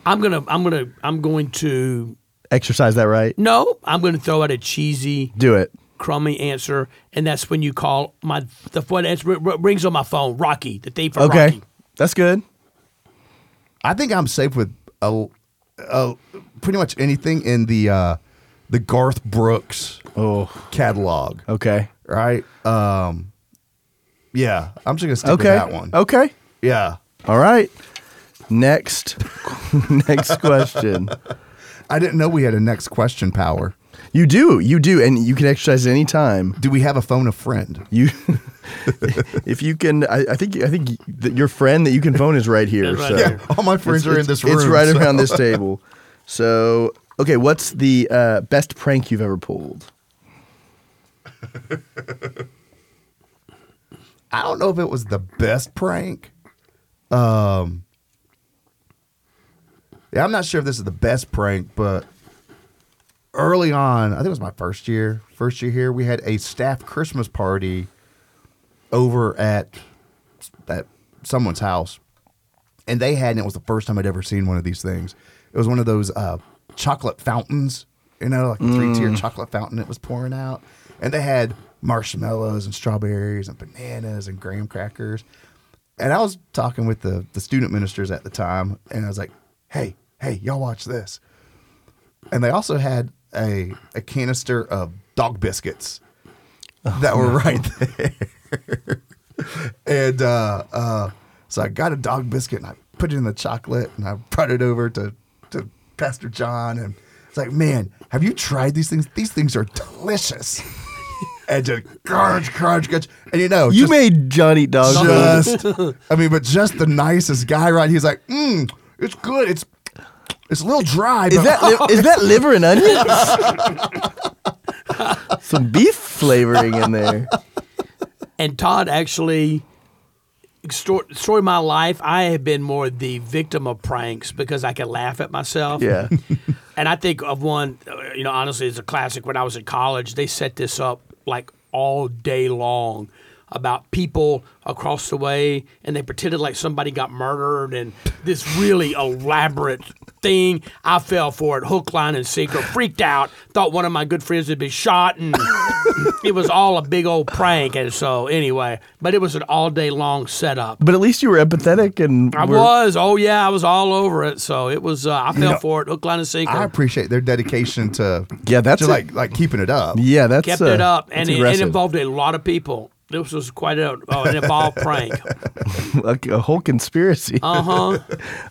[SPEAKER 3] I'm gonna. I'm gonna. I'm going to.
[SPEAKER 1] Exercise that right.
[SPEAKER 3] No, I'm gonna throw out a cheesy,
[SPEAKER 1] Do it.
[SPEAKER 3] crummy answer, and that's when you call my the phone answer r- rings on my phone. Rocky, the thief from
[SPEAKER 1] Okay,
[SPEAKER 3] Rocky.
[SPEAKER 1] that's good.
[SPEAKER 2] I think I'm safe with a, a, pretty much anything in the uh, the Garth Brooks
[SPEAKER 1] Oh,
[SPEAKER 2] catalog.
[SPEAKER 1] okay.
[SPEAKER 2] right? Um, yeah, I'm just gonna stick
[SPEAKER 1] Okay. Oh.
[SPEAKER 2] with that one.
[SPEAKER 1] Okay.
[SPEAKER 2] Yeah,
[SPEAKER 1] All right. Next, next question.
[SPEAKER 2] I didn't know we had a next question power.
[SPEAKER 1] You do, you do, and you can exercise at any time.
[SPEAKER 2] Do we have a phone a friend?
[SPEAKER 1] You, if you can, I, I think, I think that your friend that you can phone is right here.
[SPEAKER 3] It's right
[SPEAKER 1] so.
[SPEAKER 3] here.
[SPEAKER 2] All my friends are in this room.
[SPEAKER 1] It's right
[SPEAKER 2] so-
[SPEAKER 1] around this table. So, okay, what's the uh, best prank you've ever pulled?
[SPEAKER 2] I don't know if it was the best prank. Um, yeah, I'm not sure if this is the best prank, but early on, I think it was my first year, first year here, we had a staff Christmas party over at at someone's house, and they had, and it was the first time I'd ever seen one of these things. It was one of those uh, chocolate fountains, you know, like a three tier chocolate fountain that was pouring out, and they had marshmallows and strawberries and bananas and graham crackers. And I was talking with the the student ministers at the time, and I was like, "Hey, hey, y'all watch this!" And they also had a a canister of dog biscuits that
[SPEAKER 1] Oh,
[SPEAKER 2] were right there. and uh, uh, so I got a dog biscuit and I put it in the chocolate and I brought it over to, to Pastor John. And it's like, man, have you tried these things? These things are delicious. and just crunch, crunch, crunch. And you know,
[SPEAKER 1] You
[SPEAKER 2] just,
[SPEAKER 1] made Johnny Dog.
[SPEAKER 2] just I mean, but just the nicest guy, right? He's like, mm, it's good. It's it's a little dry, but
[SPEAKER 1] Is that li- is that liver and onions? Some beef flavoring in there.
[SPEAKER 3] And Todd actually, stor- story of my life, I have been more the victim of pranks because I can laugh at myself.
[SPEAKER 1] Yeah.
[SPEAKER 3] And I think of one, uh, you know, honestly, it's a classic. When I was in college, they set this up like all day long about people across the way, and they pretended like somebody got murdered and this really elaborate thing. I fell for it, hook, line, and sinker. Freaked out, thought one of my good friends had been shot, and it was all a big old prank. And so, anyway, but it was an all day long setup.
[SPEAKER 1] But at least you were empathetic and
[SPEAKER 3] I
[SPEAKER 1] were-
[SPEAKER 3] was, oh yeah, I was all over it. So it was, uh, I fell
[SPEAKER 2] know,
[SPEAKER 3] for it, hook, line, and sinker.
[SPEAKER 2] I appreciate their dedication to
[SPEAKER 1] Yeah, that's
[SPEAKER 2] to
[SPEAKER 1] a-
[SPEAKER 2] like like keeping it up.
[SPEAKER 1] Yeah, that's
[SPEAKER 3] kept
[SPEAKER 1] uh,
[SPEAKER 3] it up,
[SPEAKER 1] that's
[SPEAKER 3] and it, it
[SPEAKER 1] aggressive.
[SPEAKER 3] involved a lot of people. This was quite a, uh, an involved prank.
[SPEAKER 1] a, a whole conspiracy.
[SPEAKER 3] Uh huh.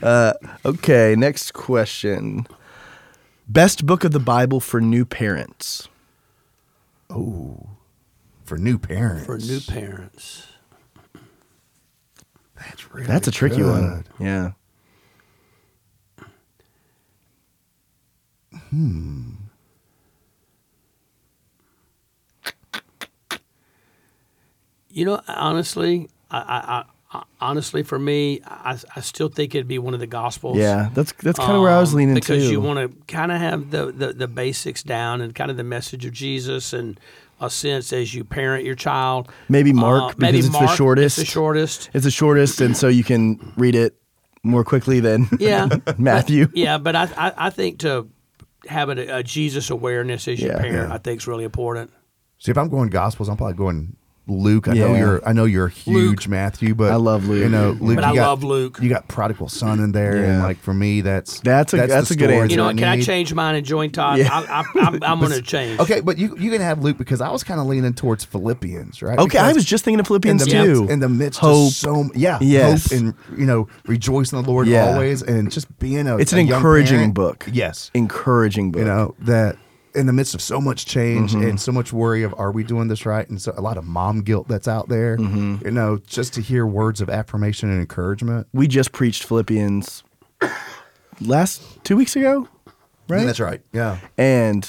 [SPEAKER 1] Uh, Okay, next question. Best book of the Bible for new parents.
[SPEAKER 2] for new parents.
[SPEAKER 3] For new parents,
[SPEAKER 2] that's really
[SPEAKER 1] That's a tricky one.
[SPEAKER 2] good.
[SPEAKER 1] Yeah.
[SPEAKER 3] you know, honestly, I, I, I honestly for me, I, I still think it'd be one of the Gospels.
[SPEAKER 1] Yeah, that's that's kind of where I was
[SPEAKER 3] Um,
[SPEAKER 1] leaning
[SPEAKER 3] because
[SPEAKER 1] too.
[SPEAKER 3] you want to kind of have the, the the basics down and kind of the message of Jesus and a sense as you parent your child. Uh,
[SPEAKER 1] Maybe Mark,
[SPEAKER 3] maybe
[SPEAKER 1] because it's the
[SPEAKER 3] Mark,
[SPEAKER 1] shortest.
[SPEAKER 3] It's the shortest.
[SPEAKER 1] it's the shortest, and so you can read it more quickly than
[SPEAKER 3] Yeah.
[SPEAKER 1] Matthew.
[SPEAKER 3] Yeah, but I, I, I think to have a, a Jesus awareness as your
[SPEAKER 1] Yeah.
[SPEAKER 3] parent,
[SPEAKER 2] Yeah.
[SPEAKER 3] I think is really important.
[SPEAKER 2] See, if I'm going Gospels, I'm probably going Luke. I know
[SPEAKER 1] Yeah.
[SPEAKER 2] you're. I know you're a huge Matthew, but
[SPEAKER 1] I love Luke.
[SPEAKER 2] You know, Luke.
[SPEAKER 3] But
[SPEAKER 2] you
[SPEAKER 3] I
[SPEAKER 2] got,
[SPEAKER 3] love Luke.
[SPEAKER 2] You got prodigal son in there, and
[SPEAKER 1] Yeah.
[SPEAKER 2] like for me, that's
[SPEAKER 1] That's a-
[SPEAKER 2] the
[SPEAKER 1] that's a good
[SPEAKER 2] story
[SPEAKER 1] answer.
[SPEAKER 2] that
[SPEAKER 3] You know, what, can I
[SPEAKER 2] need.
[SPEAKER 3] change mine and join Todd?
[SPEAKER 1] Yeah.
[SPEAKER 3] I, I, I'm, I'm going to change.
[SPEAKER 2] Okay, but you you can have Luke because I was kind of leaning towards Philippians, right?
[SPEAKER 1] Okay, I
[SPEAKER 2] Because-
[SPEAKER 1] was just thinking of Philippians
[SPEAKER 3] Yeah.
[SPEAKER 1] too.
[SPEAKER 2] in the midst
[SPEAKER 1] Hope.
[SPEAKER 2] of so m- yeah
[SPEAKER 1] Yes.
[SPEAKER 2] hope and you know rejoice in the Lord
[SPEAKER 1] Yeah.
[SPEAKER 2] always and just being a
[SPEAKER 1] it's
[SPEAKER 2] a
[SPEAKER 1] an
[SPEAKER 2] young
[SPEAKER 1] encouraging
[SPEAKER 2] parent.
[SPEAKER 1] book.
[SPEAKER 2] yes
[SPEAKER 1] encouraging book.
[SPEAKER 2] you know that in the midst of so much change and so much worry of are we doing this right and so a lot of mom guilt that's out there you know just to hear words of affirmation and encouragement
[SPEAKER 1] We just preached Philippians last two weeks ago, right?
[SPEAKER 2] that's right yeah
[SPEAKER 1] and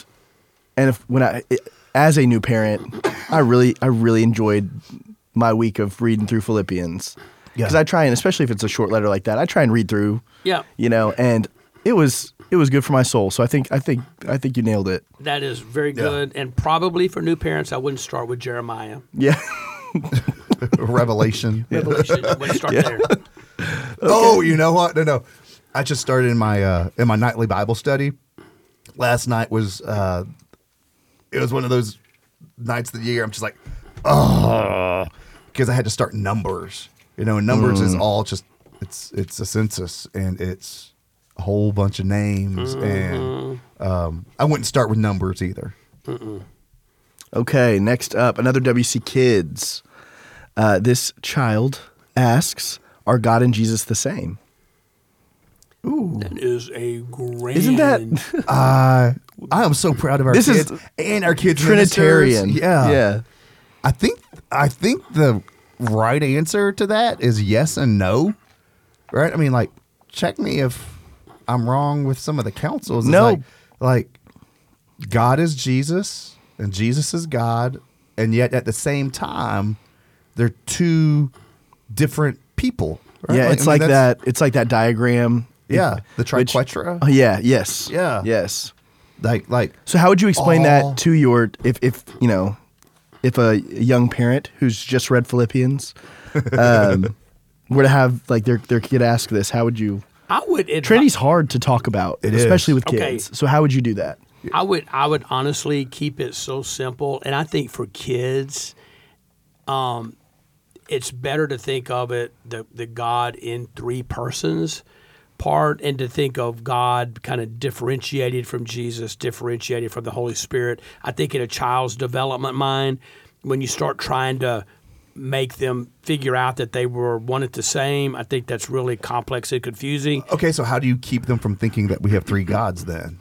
[SPEAKER 1] and if when I it- as a new parent, I really I really enjoyed my week of reading through Philippians
[SPEAKER 2] Yeah.
[SPEAKER 1] because I try and especially if it's a short letter like that, I try and read through.
[SPEAKER 3] Yeah.
[SPEAKER 1] you know, and it was it was good for my soul. So I think I think I think you nailed it.
[SPEAKER 3] That is very good. And probably for new parents, I wouldn't start with Jeremiah.
[SPEAKER 1] Yeah.
[SPEAKER 2] revelation
[SPEAKER 3] Revelation, I wouldn't start there.
[SPEAKER 2] Oh, you know what? No, no. I just started in my uh, in my nightly Bible study. Last night was uh, it was one of those nights of the year. I'm just like, oh, because I had to start numbers. You know, and numbers
[SPEAKER 1] Mm.
[SPEAKER 2] is all just it's it's a census and it's a whole bunch of
[SPEAKER 1] Mm-hmm.
[SPEAKER 2] names and um, I wouldn't start with numbers either.
[SPEAKER 1] Okay, next up, another WC Kids. Uh, this child asks, "Are God and Jesus the same?"
[SPEAKER 3] That is a grand.
[SPEAKER 1] Isn't that
[SPEAKER 2] Uh, I am so proud of our
[SPEAKER 1] This is
[SPEAKER 2] kids and our kids
[SPEAKER 1] Trinitarian?
[SPEAKER 2] ministers. Yeah,
[SPEAKER 1] yeah.
[SPEAKER 2] I think I think the right answer to that is yes and no. Right? I mean, like, check me if I'm wrong with some of the councils. It's
[SPEAKER 1] No.
[SPEAKER 2] like, like God is Jesus and Jesus is God, and yet at the same time, they're two different people. right?
[SPEAKER 1] Yeah, it's
[SPEAKER 2] I mean,
[SPEAKER 1] like
[SPEAKER 2] that's-
[SPEAKER 1] that. It's like that diagram.
[SPEAKER 2] Yeah, the
[SPEAKER 1] Which-
[SPEAKER 2] triquetra.
[SPEAKER 1] Oh, yeah. Yes.
[SPEAKER 2] Yeah.
[SPEAKER 1] Yes.
[SPEAKER 2] like, like
[SPEAKER 1] So how would you explain
[SPEAKER 2] Oh.
[SPEAKER 1] that to your if if you know if a young parent who's just read Philippians um, were to have like their their kid ask this, how would you?
[SPEAKER 3] I would advi-
[SPEAKER 1] Trinity's hard to talk about,
[SPEAKER 2] It is.
[SPEAKER 1] especially with
[SPEAKER 3] Okay.
[SPEAKER 1] kids. So how would you do that?
[SPEAKER 3] I would I would honestly keep it so simple, and I think for kids, um, it's better to think of it the the God in three persons part, and to think of God kind of differentiated from Jesus, differentiated from the Holy Spirit. I think in a child's development mind, when you start trying to make them figure out that they were one at the same, I think that's really complex and confusing.
[SPEAKER 2] okay, so how do you keep them from thinking that we have three gods then?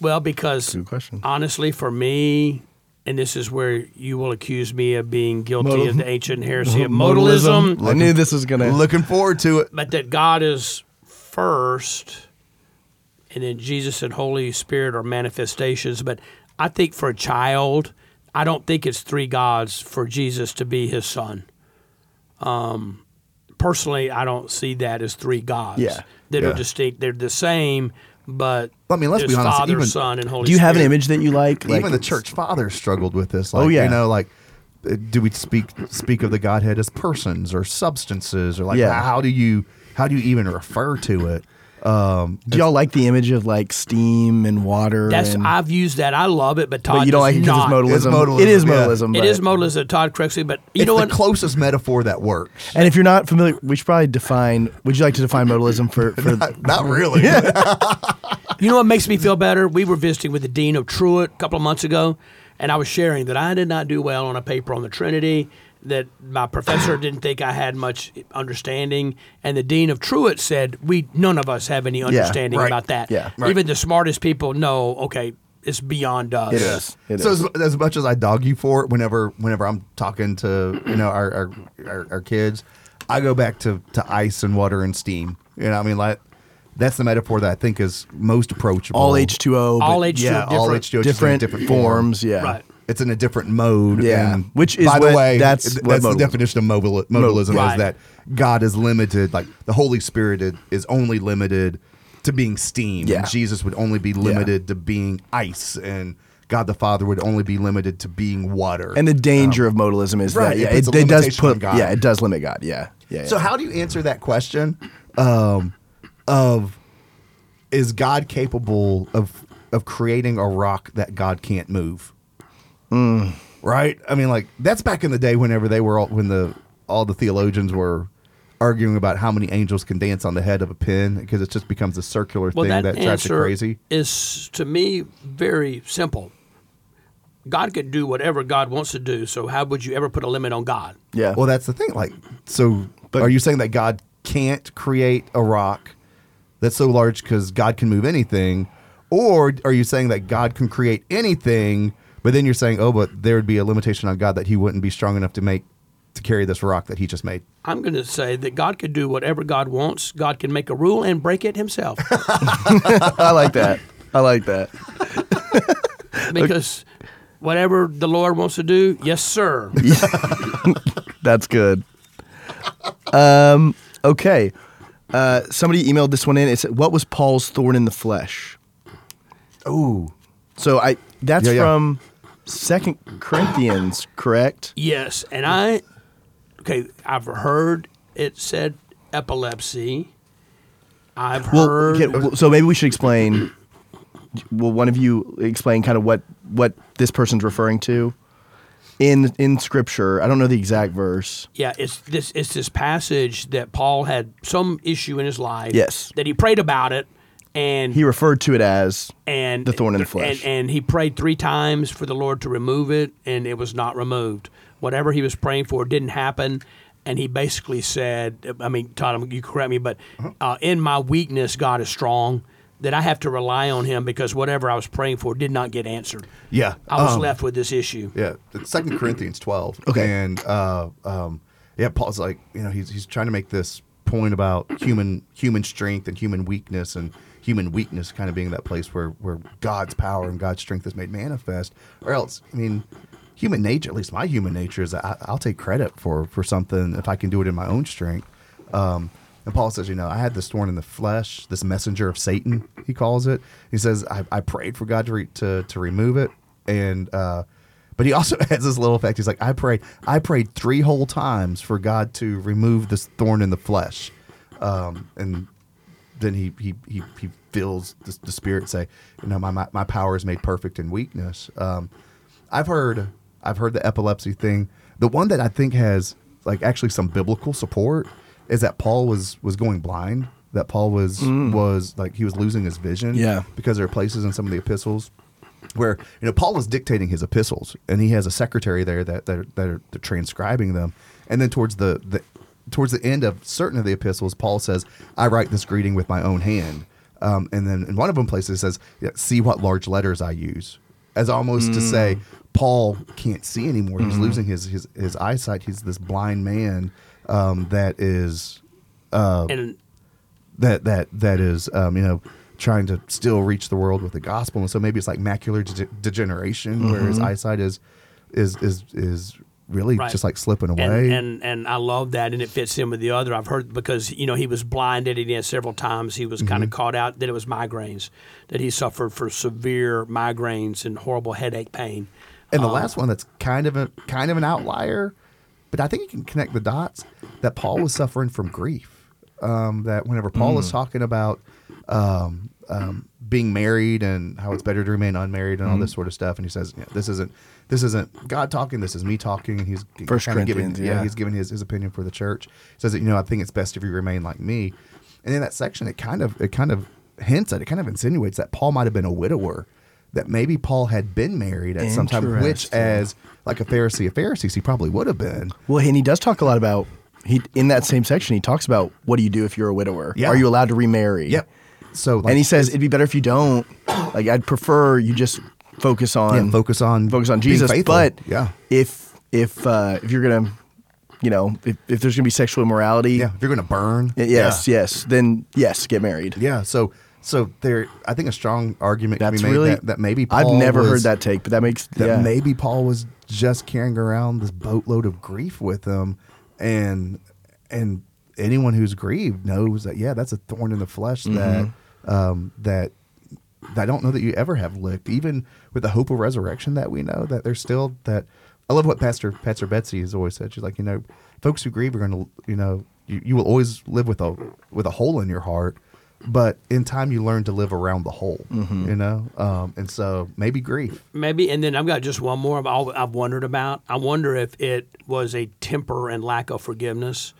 [SPEAKER 3] Well, because
[SPEAKER 1] Good question.
[SPEAKER 3] honestly, for me, and this is where you will accuse me of being guilty
[SPEAKER 1] Modal-
[SPEAKER 3] of the ancient heresy of modalism,
[SPEAKER 1] I knew this was gonna.
[SPEAKER 2] Looking forward to it.
[SPEAKER 3] but that God is first, and then Jesus and Holy Spirit are manifestations. But I think for a child, I don't think it's three gods for Jesus to be his son. Um, personally, I don't see that as three gods.
[SPEAKER 1] Yeah.
[SPEAKER 3] That
[SPEAKER 2] Yeah.
[SPEAKER 3] are distinct. They're the same, but
[SPEAKER 2] I mean, let's
[SPEAKER 3] there's
[SPEAKER 2] be honest,
[SPEAKER 3] Father,
[SPEAKER 2] even-
[SPEAKER 3] Son, and Holy
[SPEAKER 1] do you have an
[SPEAKER 3] Spirit.
[SPEAKER 1] image that you like? like
[SPEAKER 2] even the church fathers struggled with this. Like,
[SPEAKER 1] Oh, yeah.
[SPEAKER 2] you know, like uh, do we speak speak of the Godhead as persons or substances or like
[SPEAKER 1] Yeah.
[SPEAKER 2] how do you how do you even refer to it? Um,
[SPEAKER 1] Do y'all like the image of like steam and water?
[SPEAKER 3] That's
[SPEAKER 1] and,
[SPEAKER 3] I've used that. I love it, but Todd
[SPEAKER 1] but you don't
[SPEAKER 3] does
[SPEAKER 1] like it because
[SPEAKER 3] not.
[SPEAKER 1] it's modalism.
[SPEAKER 2] It's modalism,
[SPEAKER 1] It is
[SPEAKER 2] yeah.
[SPEAKER 1] modalism.
[SPEAKER 3] It
[SPEAKER 1] but-
[SPEAKER 3] is modalism. Todd corrects me, but you
[SPEAKER 2] it's
[SPEAKER 3] know
[SPEAKER 2] the
[SPEAKER 3] what?
[SPEAKER 2] closest metaphor that works.
[SPEAKER 1] And if you're not familiar, we should probably define. Would you like to define modalism for? for
[SPEAKER 2] Not really.
[SPEAKER 3] you know what makes me feel better? We were visiting with the dean of Truett a couple of months ago, and I was sharing that I did not do well on a paper on the Trinity. That my professor didn't think I had much understanding, and the dean of Truett said we none of us have any understanding
[SPEAKER 2] right.
[SPEAKER 3] about that.
[SPEAKER 1] Yeah,
[SPEAKER 2] right.
[SPEAKER 3] even the smartest people know. Okay, it's beyond us.
[SPEAKER 1] It is. It
[SPEAKER 2] so
[SPEAKER 1] is.
[SPEAKER 2] as, as much as I dog you for it, whenever whenever I'm talking to you know our our, our, our kids, I go back to, to ice and water and steam. You know, what I mean, like that's the metaphor that I think is most approachable.
[SPEAKER 1] all H2O. but
[SPEAKER 3] All H2O,
[SPEAKER 2] yeah, all
[SPEAKER 3] different-
[SPEAKER 2] H2O is just in a
[SPEAKER 1] different,
[SPEAKER 2] different form.
[SPEAKER 1] forms. Yeah.
[SPEAKER 3] Right.
[SPEAKER 2] It's in a different mode.
[SPEAKER 1] Yeah.
[SPEAKER 2] and
[SPEAKER 1] Which is
[SPEAKER 2] by the
[SPEAKER 1] what-
[SPEAKER 2] way,
[SPEAKER 1] that's
[SPEAKER 2] th-
[SPEAKER 1] what
[SPEAKER 2] that's the
[SPEAKER 1] modalism-
[SPEAKER 2] definition of modal- modalism
[SPEAKER 3] Right.
[SPEAKER 2] is that God is limited, like the Holy Spirit i- is only limited to being steam,
[SPEAKER 1] Yeah.
[SPEAKER 2] and Jesus would only be limited to being ice, and God the Father would only be limited to being water.
[SPEAKER 1] And the danger of modalism is
[SPEAKER 2] right,
[SPEAKER 1] that yeah,
[SPEAKER 2] it puts
[SPEAKER 1] it,
[SPEAKER 2] a
[SPEAKER 1] it does
[SPEAKER 2] limitation on
[SPEAKER 1] put
[SPEAKER 2] God.
[SPEAKER 1] yeah, it does limit God. Yeah. Yeah.
[SPEAKER 2] so,
[SPEAKER 1] yeah.
[SPEAKER 2] how do you answer that question? Um, of is God capable of of creating a rock that God can't move?
[SPEAKER 1] Mm.
[SPEAKER 2] right? I mean, like that's back in the day whenever they were all, when the all the theologians were arguing about how many angels can dance on the head of a pin because it just becomes a circular
[SPEAKER 3] Well,
[SPEAKER 2] thing
[SPEAKER 3] that,
[SPEAKER 2] that, drives you
[SPEAKER 3] answer
[SPEAKER 2] crazy.
[SPEAKER 3] is to me very simple. God can do whatever God wants to do, so how would you ever put a limit on God?
[SPEAKER 1] yeah.
[SPEAKER 2] Well, that's the thing. Like, so
[SPEAKER 1] But-
[SPEAKER 2] are you saying that God can't create a rock that's so large because God can move anything, or are you saying that God can create anything? But then you're saying, oh, but there would be a limitation on God that He wouldn't be strong enough to make to carry this rock that He just made.
[SPEAKER 3] I'm going to say that God can do whatever God wants. God can make a rule and break it himself.
[SPEAKER 1] I like that. I like that.
[SPEAKER 3] because whatever the Lord wants to do, yes, sir.
[SPEAKER 1] That's good. Um, okay. Uh, somebody emailed this one in. It said, "What was Paul's thorn in the flesh?"
[SPEAKER 2] Ooh,
[SPEAKER 1] So I that's
[SPEAKER 2] Yeah, yeah.
[SPEAKER 1] from Second Corinthians, correct?
[SPEAKER 3] Yes, and I okay. I've heard it said epilepsy. I've
[SPEAKER 1] Well,
[SPEAKER 3] heard
[SPEAKER 1] okay, well, so maybe we should explain. Will one of you explain kind of what what this person's referring to in in Scripture? I don't know the exact verse.
[SPEAKER 3] Yeah, it's this it's this passage that Paul had some issue in his life.
[SPEAKER 1] Yes.
[SPEAKER 3] That he prayed about it and
[SPEAKER 1] He referred to it as
[SPEAKER 3] and
[SPEAKER 1] the thorn in the flesh.
[SPEAKER 3] And, and he prayed three times for the Lord to remove it, and it was not removed. Whatever he was praying for didn't happen, and he basically said, "I mean, Todd, you correct me, but
[SPEAKER 1] Uh-huh.
[SPEAKER 3] uh, in my weakness, God is strong. That I have to rely on Him because whatever I was praying for did not get answered.
[SPEAKER 2] Yeah,
[SPEAKER 3] I was
[SPEAKER 2] um,
[SPEAKER 3] left with this issue.
[SPEAKER 2] Yeah, it's Second Corinthians twelve.
[SPEAKER 1] Okay.
[SPEAKER 2] and uh, um, yeah, Paul's like, you know, he's he's trying to make this point about human human strength and human weakness and human weakness kind of being that place where where God's power and God's strength is made manifest, or else, I mean. Human nature, at least my human nature, is that I, I'll take credit for for something if I can do it in my own strength. Um, and Paul says, you know, I had this thorn in the flesh, this messenger of Satan, he calls it. He says, I, I prayed for God to, re- to to remove it, and uh, but he also adds this little fact. He's like, I prayed, I prayed three whole times for God to remove this thorn in the flesh, um, and then he he he, he feels the, the Spirit say, you know, my, my my power is made perfect in weakness. Um, I've heard I've heard the epilepsy thing. The one that I think has like actually some biblical support is that Paul was was going blind. That Paul was was like he was losing his vision.
[SPEAKER 1] Yeah.
[SPEAKER 2] because there are places in some of the epistles where you know Paul is dictating his epistles, and he has a secretary there that that are, that are they're transcribing them, and then towards the, the towards the end of certain of the epistles, Paul says, "I write this greeting with my own hand," um, and then in one of them places it says, yeah, "See what large letters I use," as almost to say Paul can't see anymore. He's losing his his his eyesight. He's this blind man um, that is
[SPEAKER 1] um,
[SPEAKER 3] and
[SPEAKER 2] that that that is um, you know trying to still reach the world with the gospel and so maybe it's like macular de- degeneration where his eyesight is is is is really
[SPEAKER 3] Right.
[SPEAKER 2] just like slipping away
[SPEAKER 3] and, and and I love that, and it fits in with the other. I've heard because you know he was blinded, and he had several times he was
[SPEAKER 1] Mm-hmm.
[SPEAKER 3] kind of caught out that it was migraines that he suffered for severe migraines and horrible headache pain.
[SPEAKER 2] And the last one that's kind of a kind of an outlier, but I think you can connect the dots that Paul was suffering from grief. Um, that whenever Paul is talking about um, um, being married and how it's better to remain unmarried and all this sort of stuff, and he says you know, this isn't this isn't God talking, this is me talking, and he's
[SPEAKER 1] First
[SPEAKER 2] kinda giving
[SPEAKER 1] Corinthians, yeah.
[SPEAKER 2] he's giving his, his opinion for the church. Says that you know I think it's best if you remain like me. And in that section, it kind of it kind of hints at it, kind of insinuates that Paul might have been a widower, that maybe Paul had been married at some time, which
[SPEAKER 1] Interesting.
[SPEAKER 2] as like a Pharisee of Pharisees, he probably would have been.
[SPEAKER 1] Well, and he does talk a lot about he in that same section. He talks about what do you do if you're a widower?
[SPEAKER 2] Yeah.
[SPEAKER 1] Are you allowed to remarry?
[SPEAKER 2] So like,
[SPEAKER 1] And he says it'd be better if you don't. Like I'd prefer you just focus on
[SPEAKER 2] Yeah, focus on
[SPEAKER 1] focus on
[SPEAKER 2] being
[SPEAKER 1] Jesus.
[SPEAKER 2] faithful.
[SPEAKER 1] But
[SPEAKER 2] Yeah.
[SPEAKER 1] if if uh, if you're gonna, you know, if, if there's gonna be sexual immorality,
[SPEAKER 2] yeah, if you're gonna burn,
[SPEAKER 1] y- yes, yes, then yes, get married.
[SPEAKER 2] yeah. So so there, I think a strong argument
[SPEAKER 1] That's
[SPEAKER 2] can be made
[SPEAKER 1] really
[SPEAKER 2] that, that maybe
[SPEAKER 1] I've
[SPEAKER 2] Paul
[SPEAKER 1] never
[SPEAKER 2] was-
[SPEAKER 1] heard that take, but that makes
[SPEAKER 2] that
[SPEAKER 1] yeah.
[SPEAKER 2] maybe Paul was just carrying around this boatload of grief with him, and and anyone who's grieved knows that yeah, that's a thorn in the flesh that um, that that I don't know that you ever have licked, even with the hope of resurrection that we know that there's still that. I love what Pastor Pastor Betsy has always said. She's like, you know, folks who grieve are going to, you know, you, you will always live with a with a hole in your heart, but in time you learn to live around the hole, you know, um, and so maybe grief.
[SPEAKER 3] Maybe, and then I've got just one more I've al- I've wondered about. I wonder if it was a temper and lack of forgiveness.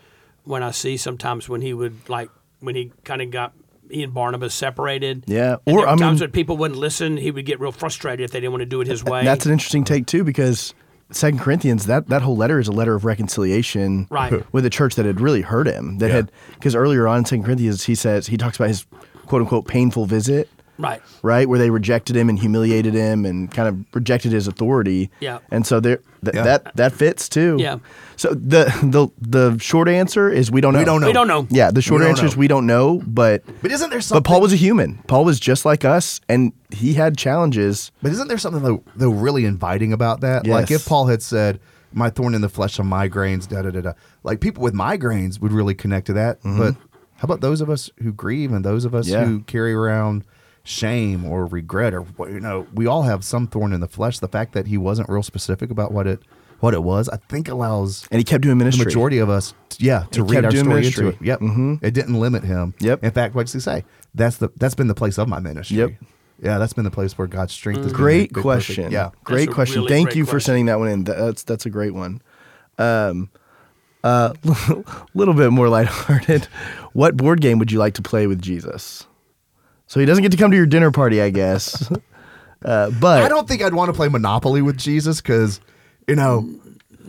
[SPEAKER 3] When I see sometimes when he would like when he kind of got he and Barnabas separated.
[SPEAKER 1] Yeah,
[SPEAKER 3] and
[SPEAKER 1] or,
[SPEAKER 3] there
[SPEAKER 1] I
[SPEAKER 3] were times
[SPEAKER 1] mean-
[SPEAKER 3] when people wouldn't listen, he would get real frustrated if they didn't want to do it his way.
[SPEAKER 1] That's an interesting take too, because Second Corinthians that that whole letter is a letter of reconciliation,
[SPEAKER 3] Right.
[SPEAKER 1] With a church that had really hurt him, that had because earlier on in Second Corinthians he says he talks about his quote unquote painful visit,
[SPEAKER 3] right.
[SPEAKER 1] right, where they rejected him and humiliated him and kind of rejected his authority.
[SPEAKER 3] Yeah.
[SPEAKER 1] and so there th-
[SPEAKER 2] Yeah.
[SPEAKER 1] that that fits too.
[SPEAKER 3] Yeah.
[SPEAKER 1] So the the the short answer is we don't know. We
[SPEAKER 2] don't know.
[SPEAKER 3] We don't know.
[SPEAKER 1] Yeah, the short
[SPEAKER 2] We don't
[SPEAKER 1] answer is
[SPEAKER 2] know.
[SPEAKER 1] we don't know, but
[SPEAKER 2] But isn't there something?
[SPEAKER 1] but Paul was a human. Paul was just like us, and he had challenges.
[SPEAKER 2] But isn't there something though, though really inviting about that? Like
[SPEAKER 1] Yes.
[SPEAKER 2] if Paul had said, "My thorn in the flesh of migraines," da da da da. Like people with migraines would really connect to that. But how about those of us who grieve and those of us
[SPEAKER 1] Mm-hmm. Yeah.
[SPEAKER 2] who carry around shame or regret or what- you know, we all have some thorn in the flesh. The fact that he wasn't real specific about what it what it was, I think allows
[SPEAKER 1] And he kept doing
[SPEAKER 2] the
[SPEAKER 1] ministry.
[SPEAKER 2] majority of us, yeah,
[SPEAKER 1] He
[SPEAKER 2] to read
[SPEAKER 1] kept
[SPEAKER 2] our
[SPEAKER 1] doing
[SPEAKER 2] story
[SPEAKER 1] ministry.
[SPEAKER 2] into it. Yep, mm-hmm. it didn't limit him.
[SPEAKER 1] Yep.
[SPEAKER 2] In fact, what does he say? That's the that's been the place of my ministry.
[SPEAKER 1] Yep.
[SPEAKER 2] Yeah, that's been the place where God's strength is.
[SPEAKER 1] Great question.
[SPEAKER 2] Yeah.
[SPEAKER 1] great
[SPEAKER 3] a
[SPEAKER 1] question.
[SPEAKER 3] really
[SPEAKER 1] Thank
[SPEAKER 3] great
[SPEAKER 1] you for
[SPEAKER 3] question.
[SPEAKER 1] sending that one in. Th- That's that's a great one. Um, a little bit more lighthearted. What board game would you like to play with Jesus? So he doesn't get to come to your dinner party, I guess. Uh, but
[SPEAKER 2] I don't think I'd want to play Monopoly with Jesus because, you know,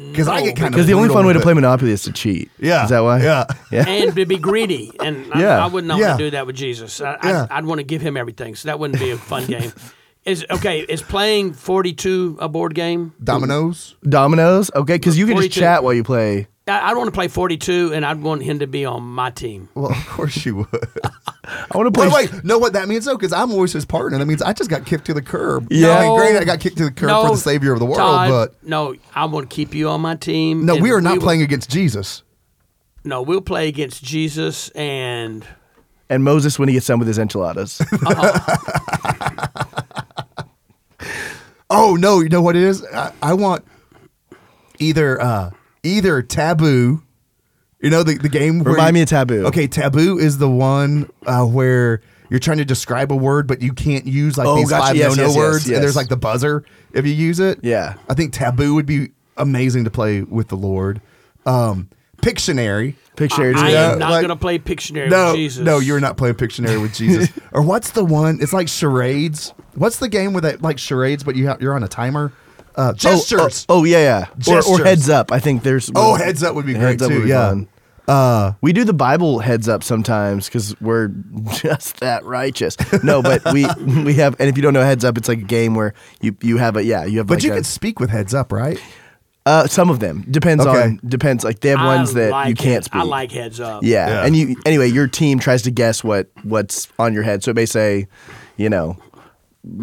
[SPEAKER 2] because I get kind of
[SPEAKER 1] because the only fun way to play Monopoly is to cheat.
[SPEAKER 2] Yeah,
[SPEAKER 1] is that why?
[SPEAKER 2] yeah.
[SPEAKER 1] yeah.
[SPEAKER 3] and to be greedy. And
[SPEAKER 1] Yeah,
[SPEAKER 3] I, I would not
[SPEAKER 2] yeah.
[SPEAKER 3] want to do that with Jesus. I,
[SPEAKER 2] Yeah.
[SPEAKER 3] I'd, I'd want to give him everything. So that wouldn't be a fun game. Is okay. Is playing forty two a board game?
[SPEAKER 2] dominoes.
[SPEAKER 1] Dominoes, okay, because you can just
[SPEAKER 3] 42.
[SPEAKER 1] chat while you play.
[SPEAKER 3] I, I'd want to play forty two, and I'd want him to be on my team.
[SPEAKER 2] Well, of course you would.
[SPEAKER 1] I want to play.
[SPEAKER 2] Wait, wait. Know what that means though? Because I'm always his partner. That means I just got kicked to the curb.
[SPEAKER 1] Yeah.
[SPEAKER 2] I mean, granted, I got kicked to the curb for the savior of the world,
[SPEAKER 3] Todd,
[SPEAKER 2] but
[SPEAKER 3] no, I want to keep you on my team.
[SPEAKER 2] no,
[SPEAKER 3] and
[SPEAKER 2] we are not
[SPEAKER 3] will-
[SPEAKER 2] playing against Jesus.
[SPEAKER 3] No, we'll play against Jesus and
[SPEAKER 1] and Moses when he gets done with his enchiladas.
[SPEAKER 2] Oh no, you know what it is? I, I want either uh either taboo. You know the, the game where
[SPEAKER 1] Remind
[SPEAKER 2] you-
[SPEAKER 1] me of Taboo.
[SPEAKER 2] Okay, taboo is the one uh, where you're trying to describe a word but you can't use like
[SPEAKER 1] Oh,
[SPEAKER 2] these
[SPEAKER 1] gotcha.
[SPEAKER 2] five
[SPEAKER 1] Yes,
[SPEAKER 2] no-no
[SPEAKER 1] yes, yes,
[SPEAKER 2] words
[SPEAKER 1] yes.
[SPEAKER 2] and there's like the buzzer if you use it.
[SPEAKER 1] Yeah.
[SPEAKER 2] I think taboo would be amazing to play with the Lord. Um Pictionary.
[SPEAKER 1] Pictionary.
[SPEAKER 3] I
[SPEAKER 1] too.
[SPEAKER 2] Yeah,
[SPEAKER 3] am not
[SPEAKER 2] like-
[SPEAKER 3] going to play Pictionary
[SPEAKER 2] No,
[SPEAKER 3] with Jesus.
[SPEAKER 2] no, you're not playing Pictionary with Jesus. or what's the one? It's like charades. What's the game with that like charades, but you ha- you're on a timer? Uh,
[SPEAKER 1] Oh,
[SPEAKER 2] gestures. Oh,
[SPEAKER 1] Oh, oh, yeah, yeah. Or, or
[SPEAKER 2] Gestures. Oh,
[SPEAKER 1] heads up. I think there's.
[SPEAKER 2] heads up would be great
[SPEAKER 1] Heads up
[SPEAKER 2] too.
[SPEAKER 1] would be
[SPEAKER 2] yeah.
[SPEAKER 1] fun. Uh, We do the Bible heads up sometimes because we're just that righteous. No, but we we have, and if you don't know heads up, it's like a game where you you have a yeah you have
[SPEAKER 2] But
[SPEAKER 1] like
[SPEAKER 2] you
[SPEAKER 1] a-
[SPEAKER 2] can speak with heads up, right?
[SPEAKER 1] uh, some of them depends
[SPEAKER 2] Okay.
[SPEAKER 1] on depends like they have
[SPEAKER 3] I
[SPEAKER 1] ones that
[SPEAKER 3] like
[SPEAKER 1] you can't
[SPEAKER 3] it.
[SPEAKER 1] speak.
[SPEAKER 3] I like heads up.
[SPEAKER 1] yeah.
[SPEAKER 2] Yeah.
[SPEAKER 1] and you anyway your team tries to guess what what's on your head, so it may say, you know,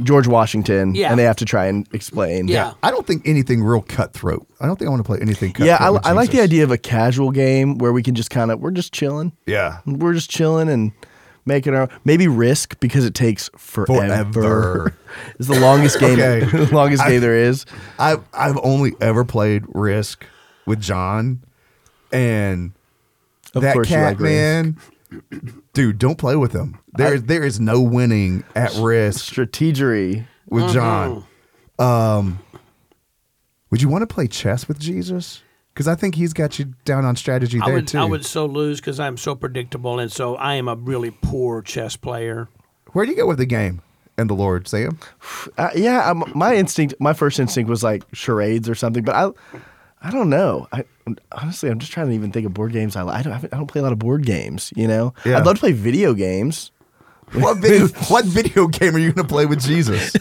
[SPEAKER 1] George Washington,
[SPEAKER 3] Yeah.
[SPEAKER 1] and they have to try and explain.
[SPEAKER 3] Yeah.
[SPEAKER 2] I don't think anything real cutthroat. I don't think I want to play anything cutthroat.
[SPEAKER 1] Yeah, I,
[SPEAKER 2] with
[SPEAKER 1] I like the
[SPEAKER 2] Jesus.
[SPEAKER 1] idea of a casual game where we can just kind of we're just chilling.
[SPEAKER 2] Yeah.
[SPEAKER 1] we're just chilling and making our maybe risk because it takes forever.
[SPEAKER 2] Forever.
[SPEAKER 1] it's the longest game,
[SPEAKER 2] Okay.
[SPEAKER 1] longest
[SPEAKER 2] I-
[SPEAKER 1] game there is.
[SPEAKER 2] I've I've only ever played Risk with John, and
[SPEAKER 1] Of
[SPEAKER 2] that
[SPEAKER 1] course you
[SPEAKER 2] cat
[SPEAKER 1] like
[SPEAKER 2] man, dude, don't play with him. There is there is no winning at Risk
[SPEAKER 1] Strategery.
[SPEAKER 2] with John. Um,
[SPEAKER 3] Uh-huh.
[SPEAKER 2] would you want to play chess with Jesus? Because I think he's got you down on strategy
[SPEAKER 3] I
[SPEAKER 2] there
[SPEAKER 3] would,
[SPEAKER 2] too.
[SPEAKER 3] I would so lose because I'm so predictable, and so I am a really poor chess player.
[SPEAKER 2] Where do you go with the game and the Lord, Sam?
[SPEAKER 1] Uh, yeah, I'm, my instinct, my first instinct was like charades or something, but I, I don't know. I honestly, I'm just trying to even think of board games. I, li- I don't, I don't play a lot of board games. You know,
[SPEAKER 2] Yeah.
[SPEAKER 1] I'd love to play video games.
[SPEAKER 2] What video, what video game are you going to play with Jesus?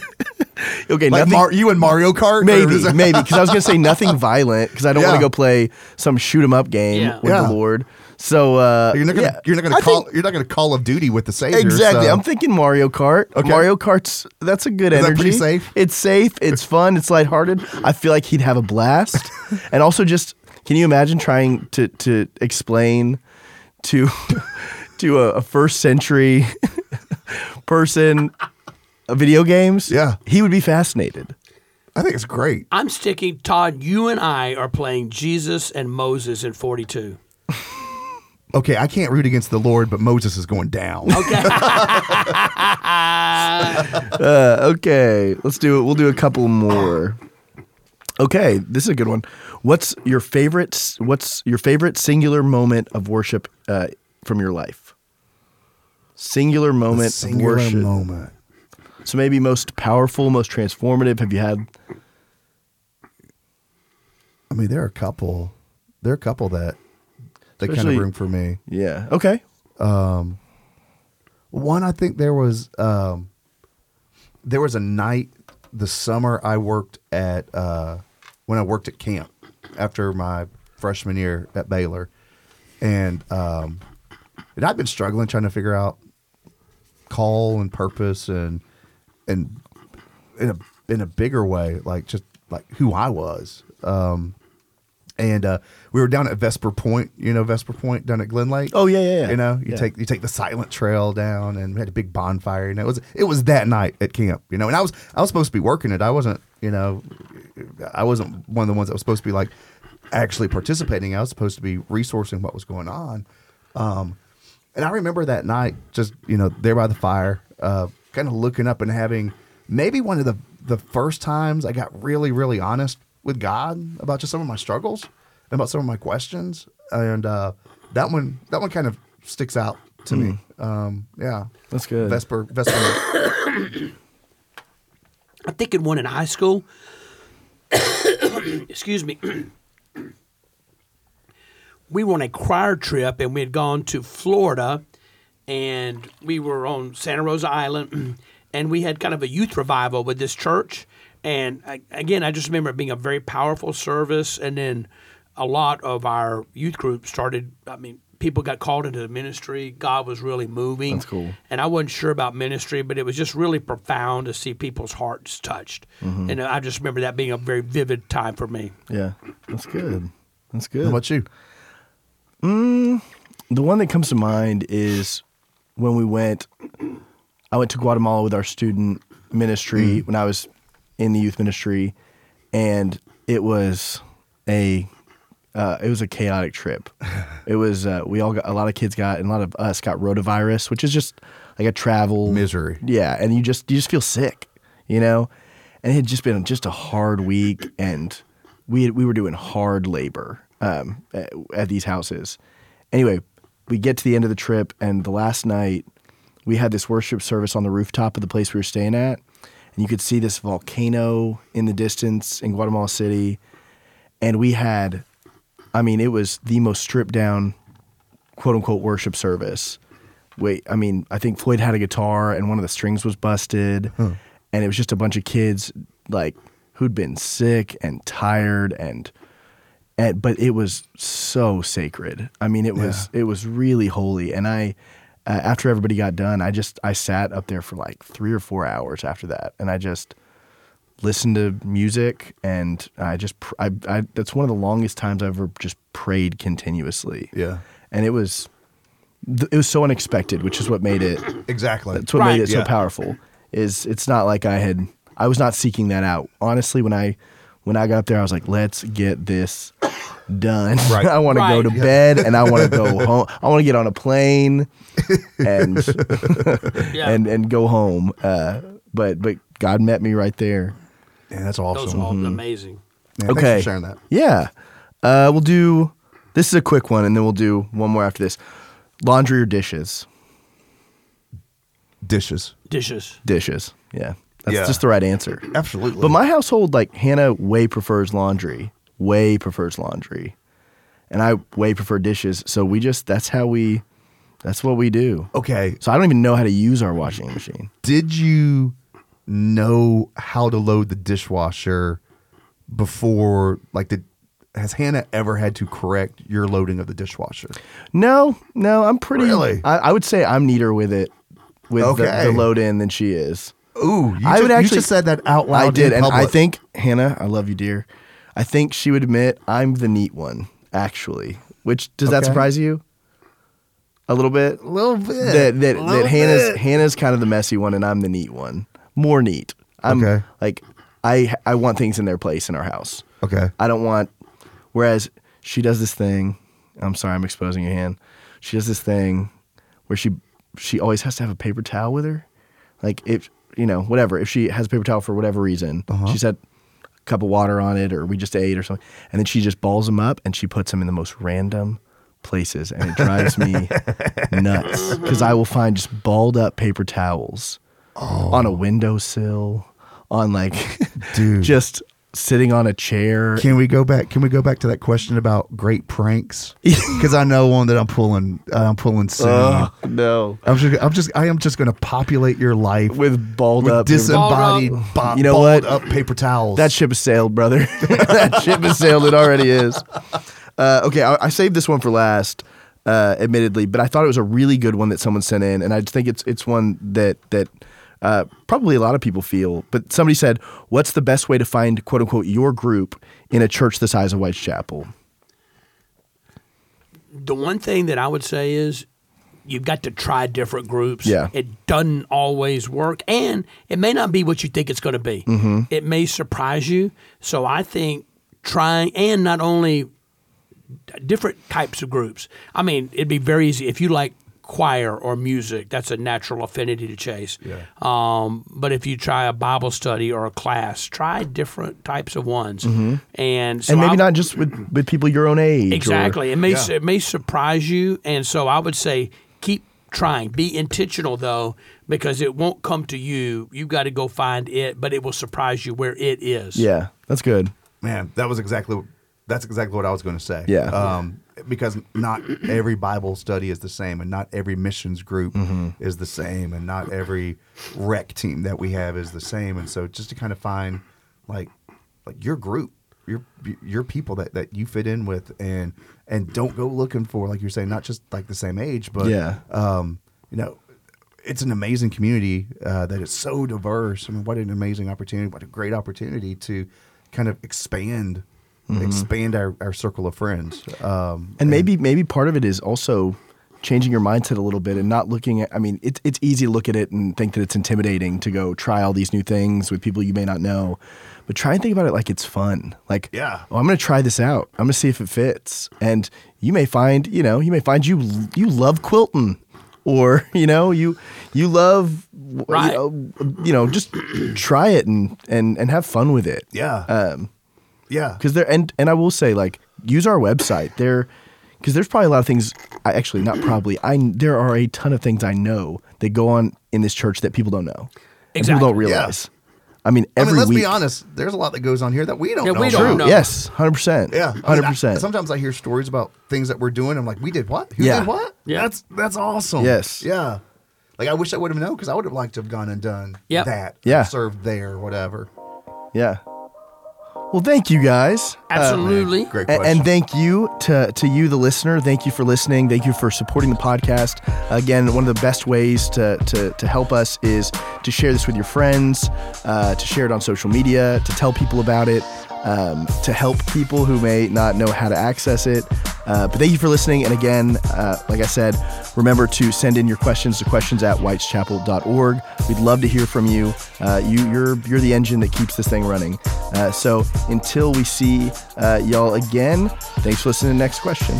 [SPEAKER 1] Okay,
[SPEAKER 2] Like
[SPEAKER 1] nothing.
[SPEAKER 2] Mar- you and Mario Kart? Or
[SPEAKER 1] Maybe,
[SPEAKER 2] is it-
[SPEAKER 1] maybe, because I was gonna say nothing violent, because I don't want
[SPEAKER 2] Yeah.
[SPEAKER 1] to go play some shoot 'em up game
[SPEAKER 3] Yeah.
[SPEAKER 1] with
[SPEAKER 2] Yeah.
[SPEAKER 1] the Lord. So uh,
[SPEAKER 2] You're not gonna
[SPEAKER 1] yeah.
[SPEAKER 2] you're not gonna
[SPEAKER 1] I
[SPEAKER 2] call
[SPEAKER 1] think-
[SPEAKER 2] you're not gonna Call of Duty with the Savior.
[SPEAKER 1] exactly.
[SPEAKER 2] so-
[SPEAKER 1] I'm thinking Mario Kart.
[SPEAKER 2] Okay.
[SPEAKER 1] Mario Kart's that's a good
[SPEAKER 2] Is that
[SPEAKER 1] energy.
[SPEAKER 2] pretty safe?
[SPEAKER 1] It's safe. It's fun. It's lighthearted. I feel like he'd have a blast, and also just can you imagine trying to to explain to to a, a first century person uh, video games?
[SPEAKER 2] Yeah.
[SPEAKER 1] he would be fascinated.
[SPEAKER 2] I think it's great.
[SPEAKER 3] I'm sticking. Todd, you and I are playing Jesus and Moses in 42.
[SPEAKER 2] Okay, I can't root against the Lord, but Moses is going down.
[SPEAKER 3] Okay.
[SPEAKER 1] Uh, okay, let's do it. We'll do a couple more. Okay, this is a good one. What's your favorite? What's your favorite singular moment of worship uh, from your life? Singular moment
[SPEAKER 2] Singular
[SPEAKER 1] of worship.
[SPEAKER 2] moment.
[SPEAKER 1] So maybe most powerful, most transformative. Have you had?
[SPEAKER 2] I mean, there are a couple. There are a couple that that kind
[SPEAKER 1] Especially-
[SPEAKER 2] of room for me.
[SPEAKER 1] Yeah. Okay.
[SPEAKER 2] One, I think there was um, there was a night the summer I worked at uh, when I worked at camp after my freshman year at Baylor, and um, and I've been struggling trying to figure out call and purpose and and in a in a bigger way, like just like who I was. Um, and uh, we were down at Vesper Point, you know Vesper Point down at Glen Lake.
[SPEAKER 1] Oh, yeah, yeah, yeah.
[SPEAKER 2] You know, you
[SPEAKER 1] Yeah.
[SPEAKER 2] take you take the silent trail down, and we had a big bonfire, and it was it was that night at camp, you know. And I was I was supposed to be working it. I wasn't, you know, I wasn't one of the ones that was supposed to be like actually participating. I was supposed to be resourcing what was going on. Um, and I remember that night, just you know, there by the fire, uh, kind of looking up and having maybe one of the the first times I got really, really honest with God about just some of my struggles and about some of my questions. And uh, that one, that one kind of sticks out to me. Um, yeah,
[SPEAKER 1] Mm. That's good.
[SPEAKER 2] Vesper, Vesper.
[SPEAKER 3] I think it won in high school. Excuse me. we were on a choir trip and we had gone to Florida and we were on Santa Rosa Island and we had kind of a youth revival with this church. And I, again, I just remember it being a very powerful service. And then a lot of our youth group started, I mean, people got called into the ministry. God was really moving.
[SPEAKER 1] That's cool.
[SPEAKER 3] And I wasn't sure about ministry, but it was just really profound to see people's hearts touched.
[SPEAKER 1] Mm-hmm.
[SPEAKER 3] And I just remember that being a very vivid time for me.
[SPEAKER 1] Yeah, that's good. That's
[SPEAKER 2] How
[SPEAKER 1] good.
[SPEAKER 2] about you?
[SPEAKER 1] The one that comes to mind is when we went. I went to Guatemala with our student ministry when I was in the youth ministry, and it was a uh, it was a chaotic trip. it was uh, we all got a lot of kids got and a lot of us got rotavirus, which is just like a travel
[SPEAKER 2] Misery.
[SPEAKER 1] Yeah, and you just you just feel sick, you know. And it had just been just a hard week, and we had, we were doing hard labor um, at, at these houses. Anyway, we get to the end of the trip, and the last night we had this worship service on the rooftop of the place we were staying at, and you could see this volcano in the distance in Guatemala City, and we had, I mean, it was the most stripped down quote unquote worship service. Wait, I mean, I think Floyd had a guitar and one of the strings was busted, and it was just a bunch of kids like who'd been sick and tired and and but it was so sacred. I mean, it was it was really holy, and I. Uh, after everybody got done, I just I sat up there for like three or four hours after that, and I just listened to music, and I just pr- I, I that's one of the longest times I've ever just prayed continuously
[SPEAKER 2] Yeah.
[SPEAKER 1] and it was th- it was so unexpected, which is what made it
[SPEAKER 2] Exactly.
[SPEAKER 1] that's what
[SPEAKER 3] Right.
[SPEAKER 1] made it so
[SPEAKER 2] Yeah.
[SPEAKER 1] powerful. Is it's not like I had I was not seeking that out. Honestly, when I when I got up there, I was like, let's get this done.
[SPEAKER 2] Right.
[SPEAKER 1] I want to go
[SPEAKER 3] Right.
[SPEAKER 1] to bed and I want to go home. I want to get on a plane and
[SPEAKER 3] Yeah.
[SPEAKER 1] and and go home. Uh, but but God met me right there.
[SPEAKER 2] Yeah, that's
[SPEAKER 3] Those
[SPEAKER 2] awesome.
[SPEAKER 3] are all
[SPEAKER 1] Mm-hmm.
[SPEAKER 3] amazing.
[SPEAKER 2] Yeah, thanks for
[SPEAKER 1] Okay.
[SPEAKER 2] sharing that.
[SPEAKER 1] Yeah. Uh, we'll do this is a quick one, and then we'll do one more after this. Laundry or dishes?
[SPEAKER 2] Dishes.
[SPEAKER 3] Dishes.
[SPEAKER 1] dishes. Yeah. That's
[SPEAKER 2] Yeah.
[SPEAKER 1] just the right answer.
[SPEAKER 2] Absolutely.
[SPEAKER 1] But my household, like Hannah, way prefers laundry. Way prefers laundry, and I way prefer dishes. So we just that's how we, that's what we do.
[SPEAKER 2] okay.
[SPEAKER 1] So I don't even know how to use our washing machine.
[SPEAKER 2] Did you know how to load the dishwasher before? Like, did has Hannah ever had to correct your loading of the dishwasher?
[SPEAKER 1] No, no, I'm pretty.
[SPEAKER 2] Really?
[SPEAKER 1] I, I would say I'm neater with it, with the-
[SPEAKER 2] Okay.
[SPEAKER 1] the, load in than she is.
[SPEAKER 2] Ooh, you
[SPEAKER 1] I
[SPEAKER 2] just,
[SPEAKER 1] would
[SPEAKER 2] you
[SPEAKER 1] actually-
[SPEAKER 2] just said that out loud.
[SPEAKER 1] I did,
[SPEAKER 2] in
[SPEAKER 1] and I
[SPEAKER 2] public.
[SPEAKER 1] think Hannah, I love you, dear. I think she would admit I'm the neat one, actually. Which does that
[SPEAKER 2] Okay.
[SPEAKER 1] surprise you? A little bit.
[SPEAKER 2] a little bit
[SPEAKER 1] that that,
[SPEAKER 2] a
[SPEAKER 1] that
[SPEAKER 2] little
[SPEAKER 1] Hannah's
[SPEAKER 2] bit.
[SPEAKER 1] Hannah's kind of the messy one, and I'm the neat one. More neat. I'm
[SPEAKER 2] Okay.
[SPEAKER 1] like I I want things in their place in our house.
[SPEAKER 2] Okay.
[SPEAKER 1] I don't want. Whereas she does this thing. I'm sorry, I'm exposing your hand. She does this thing where she she always has to have a paper towel with her. Like if you know whatever if she has a paper towel for whatever reason, she's had a cup of water on it, or we just ate or something, and then she just balls them up and she puts them in the most random places, and it drives me nuts because I will find just balled up paper towels on a windowsill, on like
[SPEAKER 2] Dude.
[SPEAKER 1] just sitting on a chair
[SPEAKER 2] Can we go back? Can we go back to that question about great pranks? Because I know one that I'm pulling. Uh, I'm pulling soon.
[SPEAKER 1] Ugh, no.
[SPEAKER 2] I'm just. I'm just. I am just going to populate your life with,
[SPEAKER 1] With balled up.
[SPEAKER 2] disembodied,
[SPEAKER 3] Balled
[SPEAKER 2] bo-
[SPEAKER 1] You know
[SPEAKER 2] balled
[SPEAKER 1] what?
[SPEAKER 2] up paper towels.
[SPEAKER 1] that ship has sailed, brother. that ship has sailed. It already is. Uh, okay, I, I saved this one for last, uh, admittedly, but I thought it was a really good one that someone sent in, and I just think it's it's one that that uh, probably a lot of people feel. But somebody said, "What's the best way to find quote unquote your group in a church the size of Whitechapel?"
[SPEAKER 3] The one thing that I would say is you've got to try different groups.
[SPEAKER 1] Yeah.
[SPEAKER 3] It doesn't always work, and it may not be what you think it's going to be.
[SPEAKER 1] Mm-hmm.
[SPEAKER 3] It may surprise you. So I think trying, and not only different types of groups. I mean, it'd be very easy if you like choir or music. That's a natural affinity to chase. Yeah. Um, but if you try a Bible study or a class, try different types of ones, and so
[SPEAKER 1] Mm-hmm. and maybe
[SPEAKER 3] I-
[SPEAKER 1] not just with with people your own age. or-
[SPEAKER 3] Exactly. It may
[SPEAKER 2] Yeah.
[SPEAKER 3] it may surprise you, and so I would say keep trying. Be intentional though, because it won't come to you. You've got to go find it, but it will surprise you where it is.
[SPEAKER 1] Yeah, that's good.
[SPEAKER 2] Man, that was exactly that's exactly what I was going to say.
[SPEAKER 1] Yeah.
[SPEAKER 2] Um, because not every Bible study is the same, and not every missions group is the same, and not every rec team that we have is the same. And so, just to kind of find like like your group, your your people that that you fit in with, and and don't go looking for like you're saying, not just like the same age, but
[SPEAKER 1] Yeah.
[SPEAKER 2] um, you know, it's an amazing community uh, that is so diverse. I mean, what an amazing opportunity! What a great opportunity to kind of expand,
[SPEAKER 1] Mm-hmm.
[SPEAKER 2] expand our, our circle of friends. Um,
[SPEAKER 1] And maybe maybe part of it is also changing your mindset a little bit and not looking at I mean, it's it's easy to look at it and think that it's intimidating to go try all these new things with people you may not know. But try and think about it like it's fun. Like
[SPEAKER 2] Yeah.
[SPEAKER 1] oh, I'm gonna try this out. I'm gonna see if it fits. And you may find, you know, you may find you you love quilting. Or you know you you love w-
[SPEAKER 3] Right.
[SPEAKER 1] you, know, you know just try it and and and have fun with it
[SPEAKER 2] yeah,
[SPEAKER 1] um,
[SPEAKER 2] yeah,
[SPEAKER 1] because there and and I will say like use our website there because there's probably a lot of things I actually not probably I there are a ton of things I know that go on in this church that people don't know and
[SPEAKER 3] Exactly.
[SPEAKER 1] people don't
[SPEAKER 2] Yeah.
[SPEAKER 1] realize I mean
[SPEAKER 2] I
[SPEAKER 1] every
[SPEAKER 2] mean, let's
[SPEAKER 1] week
[SPEAKER 2] be honest. There's a lot that goes on here that we don't
[SPEAKER 3] Yeah,
[SPEAKER 2] know.
[SPEAKER 3] we
[SPEAKER 2] about.
[SPEAKER 3] don't know.
[SPEAKER 1] yes hundred percent
[SPEAKER 2] Yeah, I mean, I-
[SPEAKER 1] hundred percent
[SPEAKER 2] Sometimes I hear stories about things that we're doing. I'm like, we did what? Who
[SPEAKER 1] Yeah.
[SPEAKER 2] did what?
[SPEAKER 3] Yeah.
[SPEAKER 2] that's that's awesome.
[SPEAKER 1] Yes.
[SPEAKER 2] yeah. Like I wish I would have known because I would have liked to have gone and done
[SPEAKER 3] Yep.
[SPEAKER 2] that.
[SPEAKER 1] Yeah.
[SPEAKER 2] served there, whatever.
[SPEAKER 1] yeah well thank you guys Uh,
[SPEAKER 3] Absolutely.
[SPEAKER 2] Great
[SPEAKER 1] A-
[SPEAKER 2] question.
[SPEAKER 1] And thank you to, to you, the listener. Thank you for listening. Thank you for supporting the podcast. Again, one of the best ways to, to, to help us is to share this with your friends, uh, to share it on social media, to tell people about it, um, to help people who may not know how to access it. Uh, but thank you for listening. And again, uh, like I said, remember to send in your questions to questions at whiteschapel.org. We'd love to hear from you. Uh, you you're, you're the engine that keeps this thing running. Uh, so until we see uh, y'all again, thanks for listening to Next Question.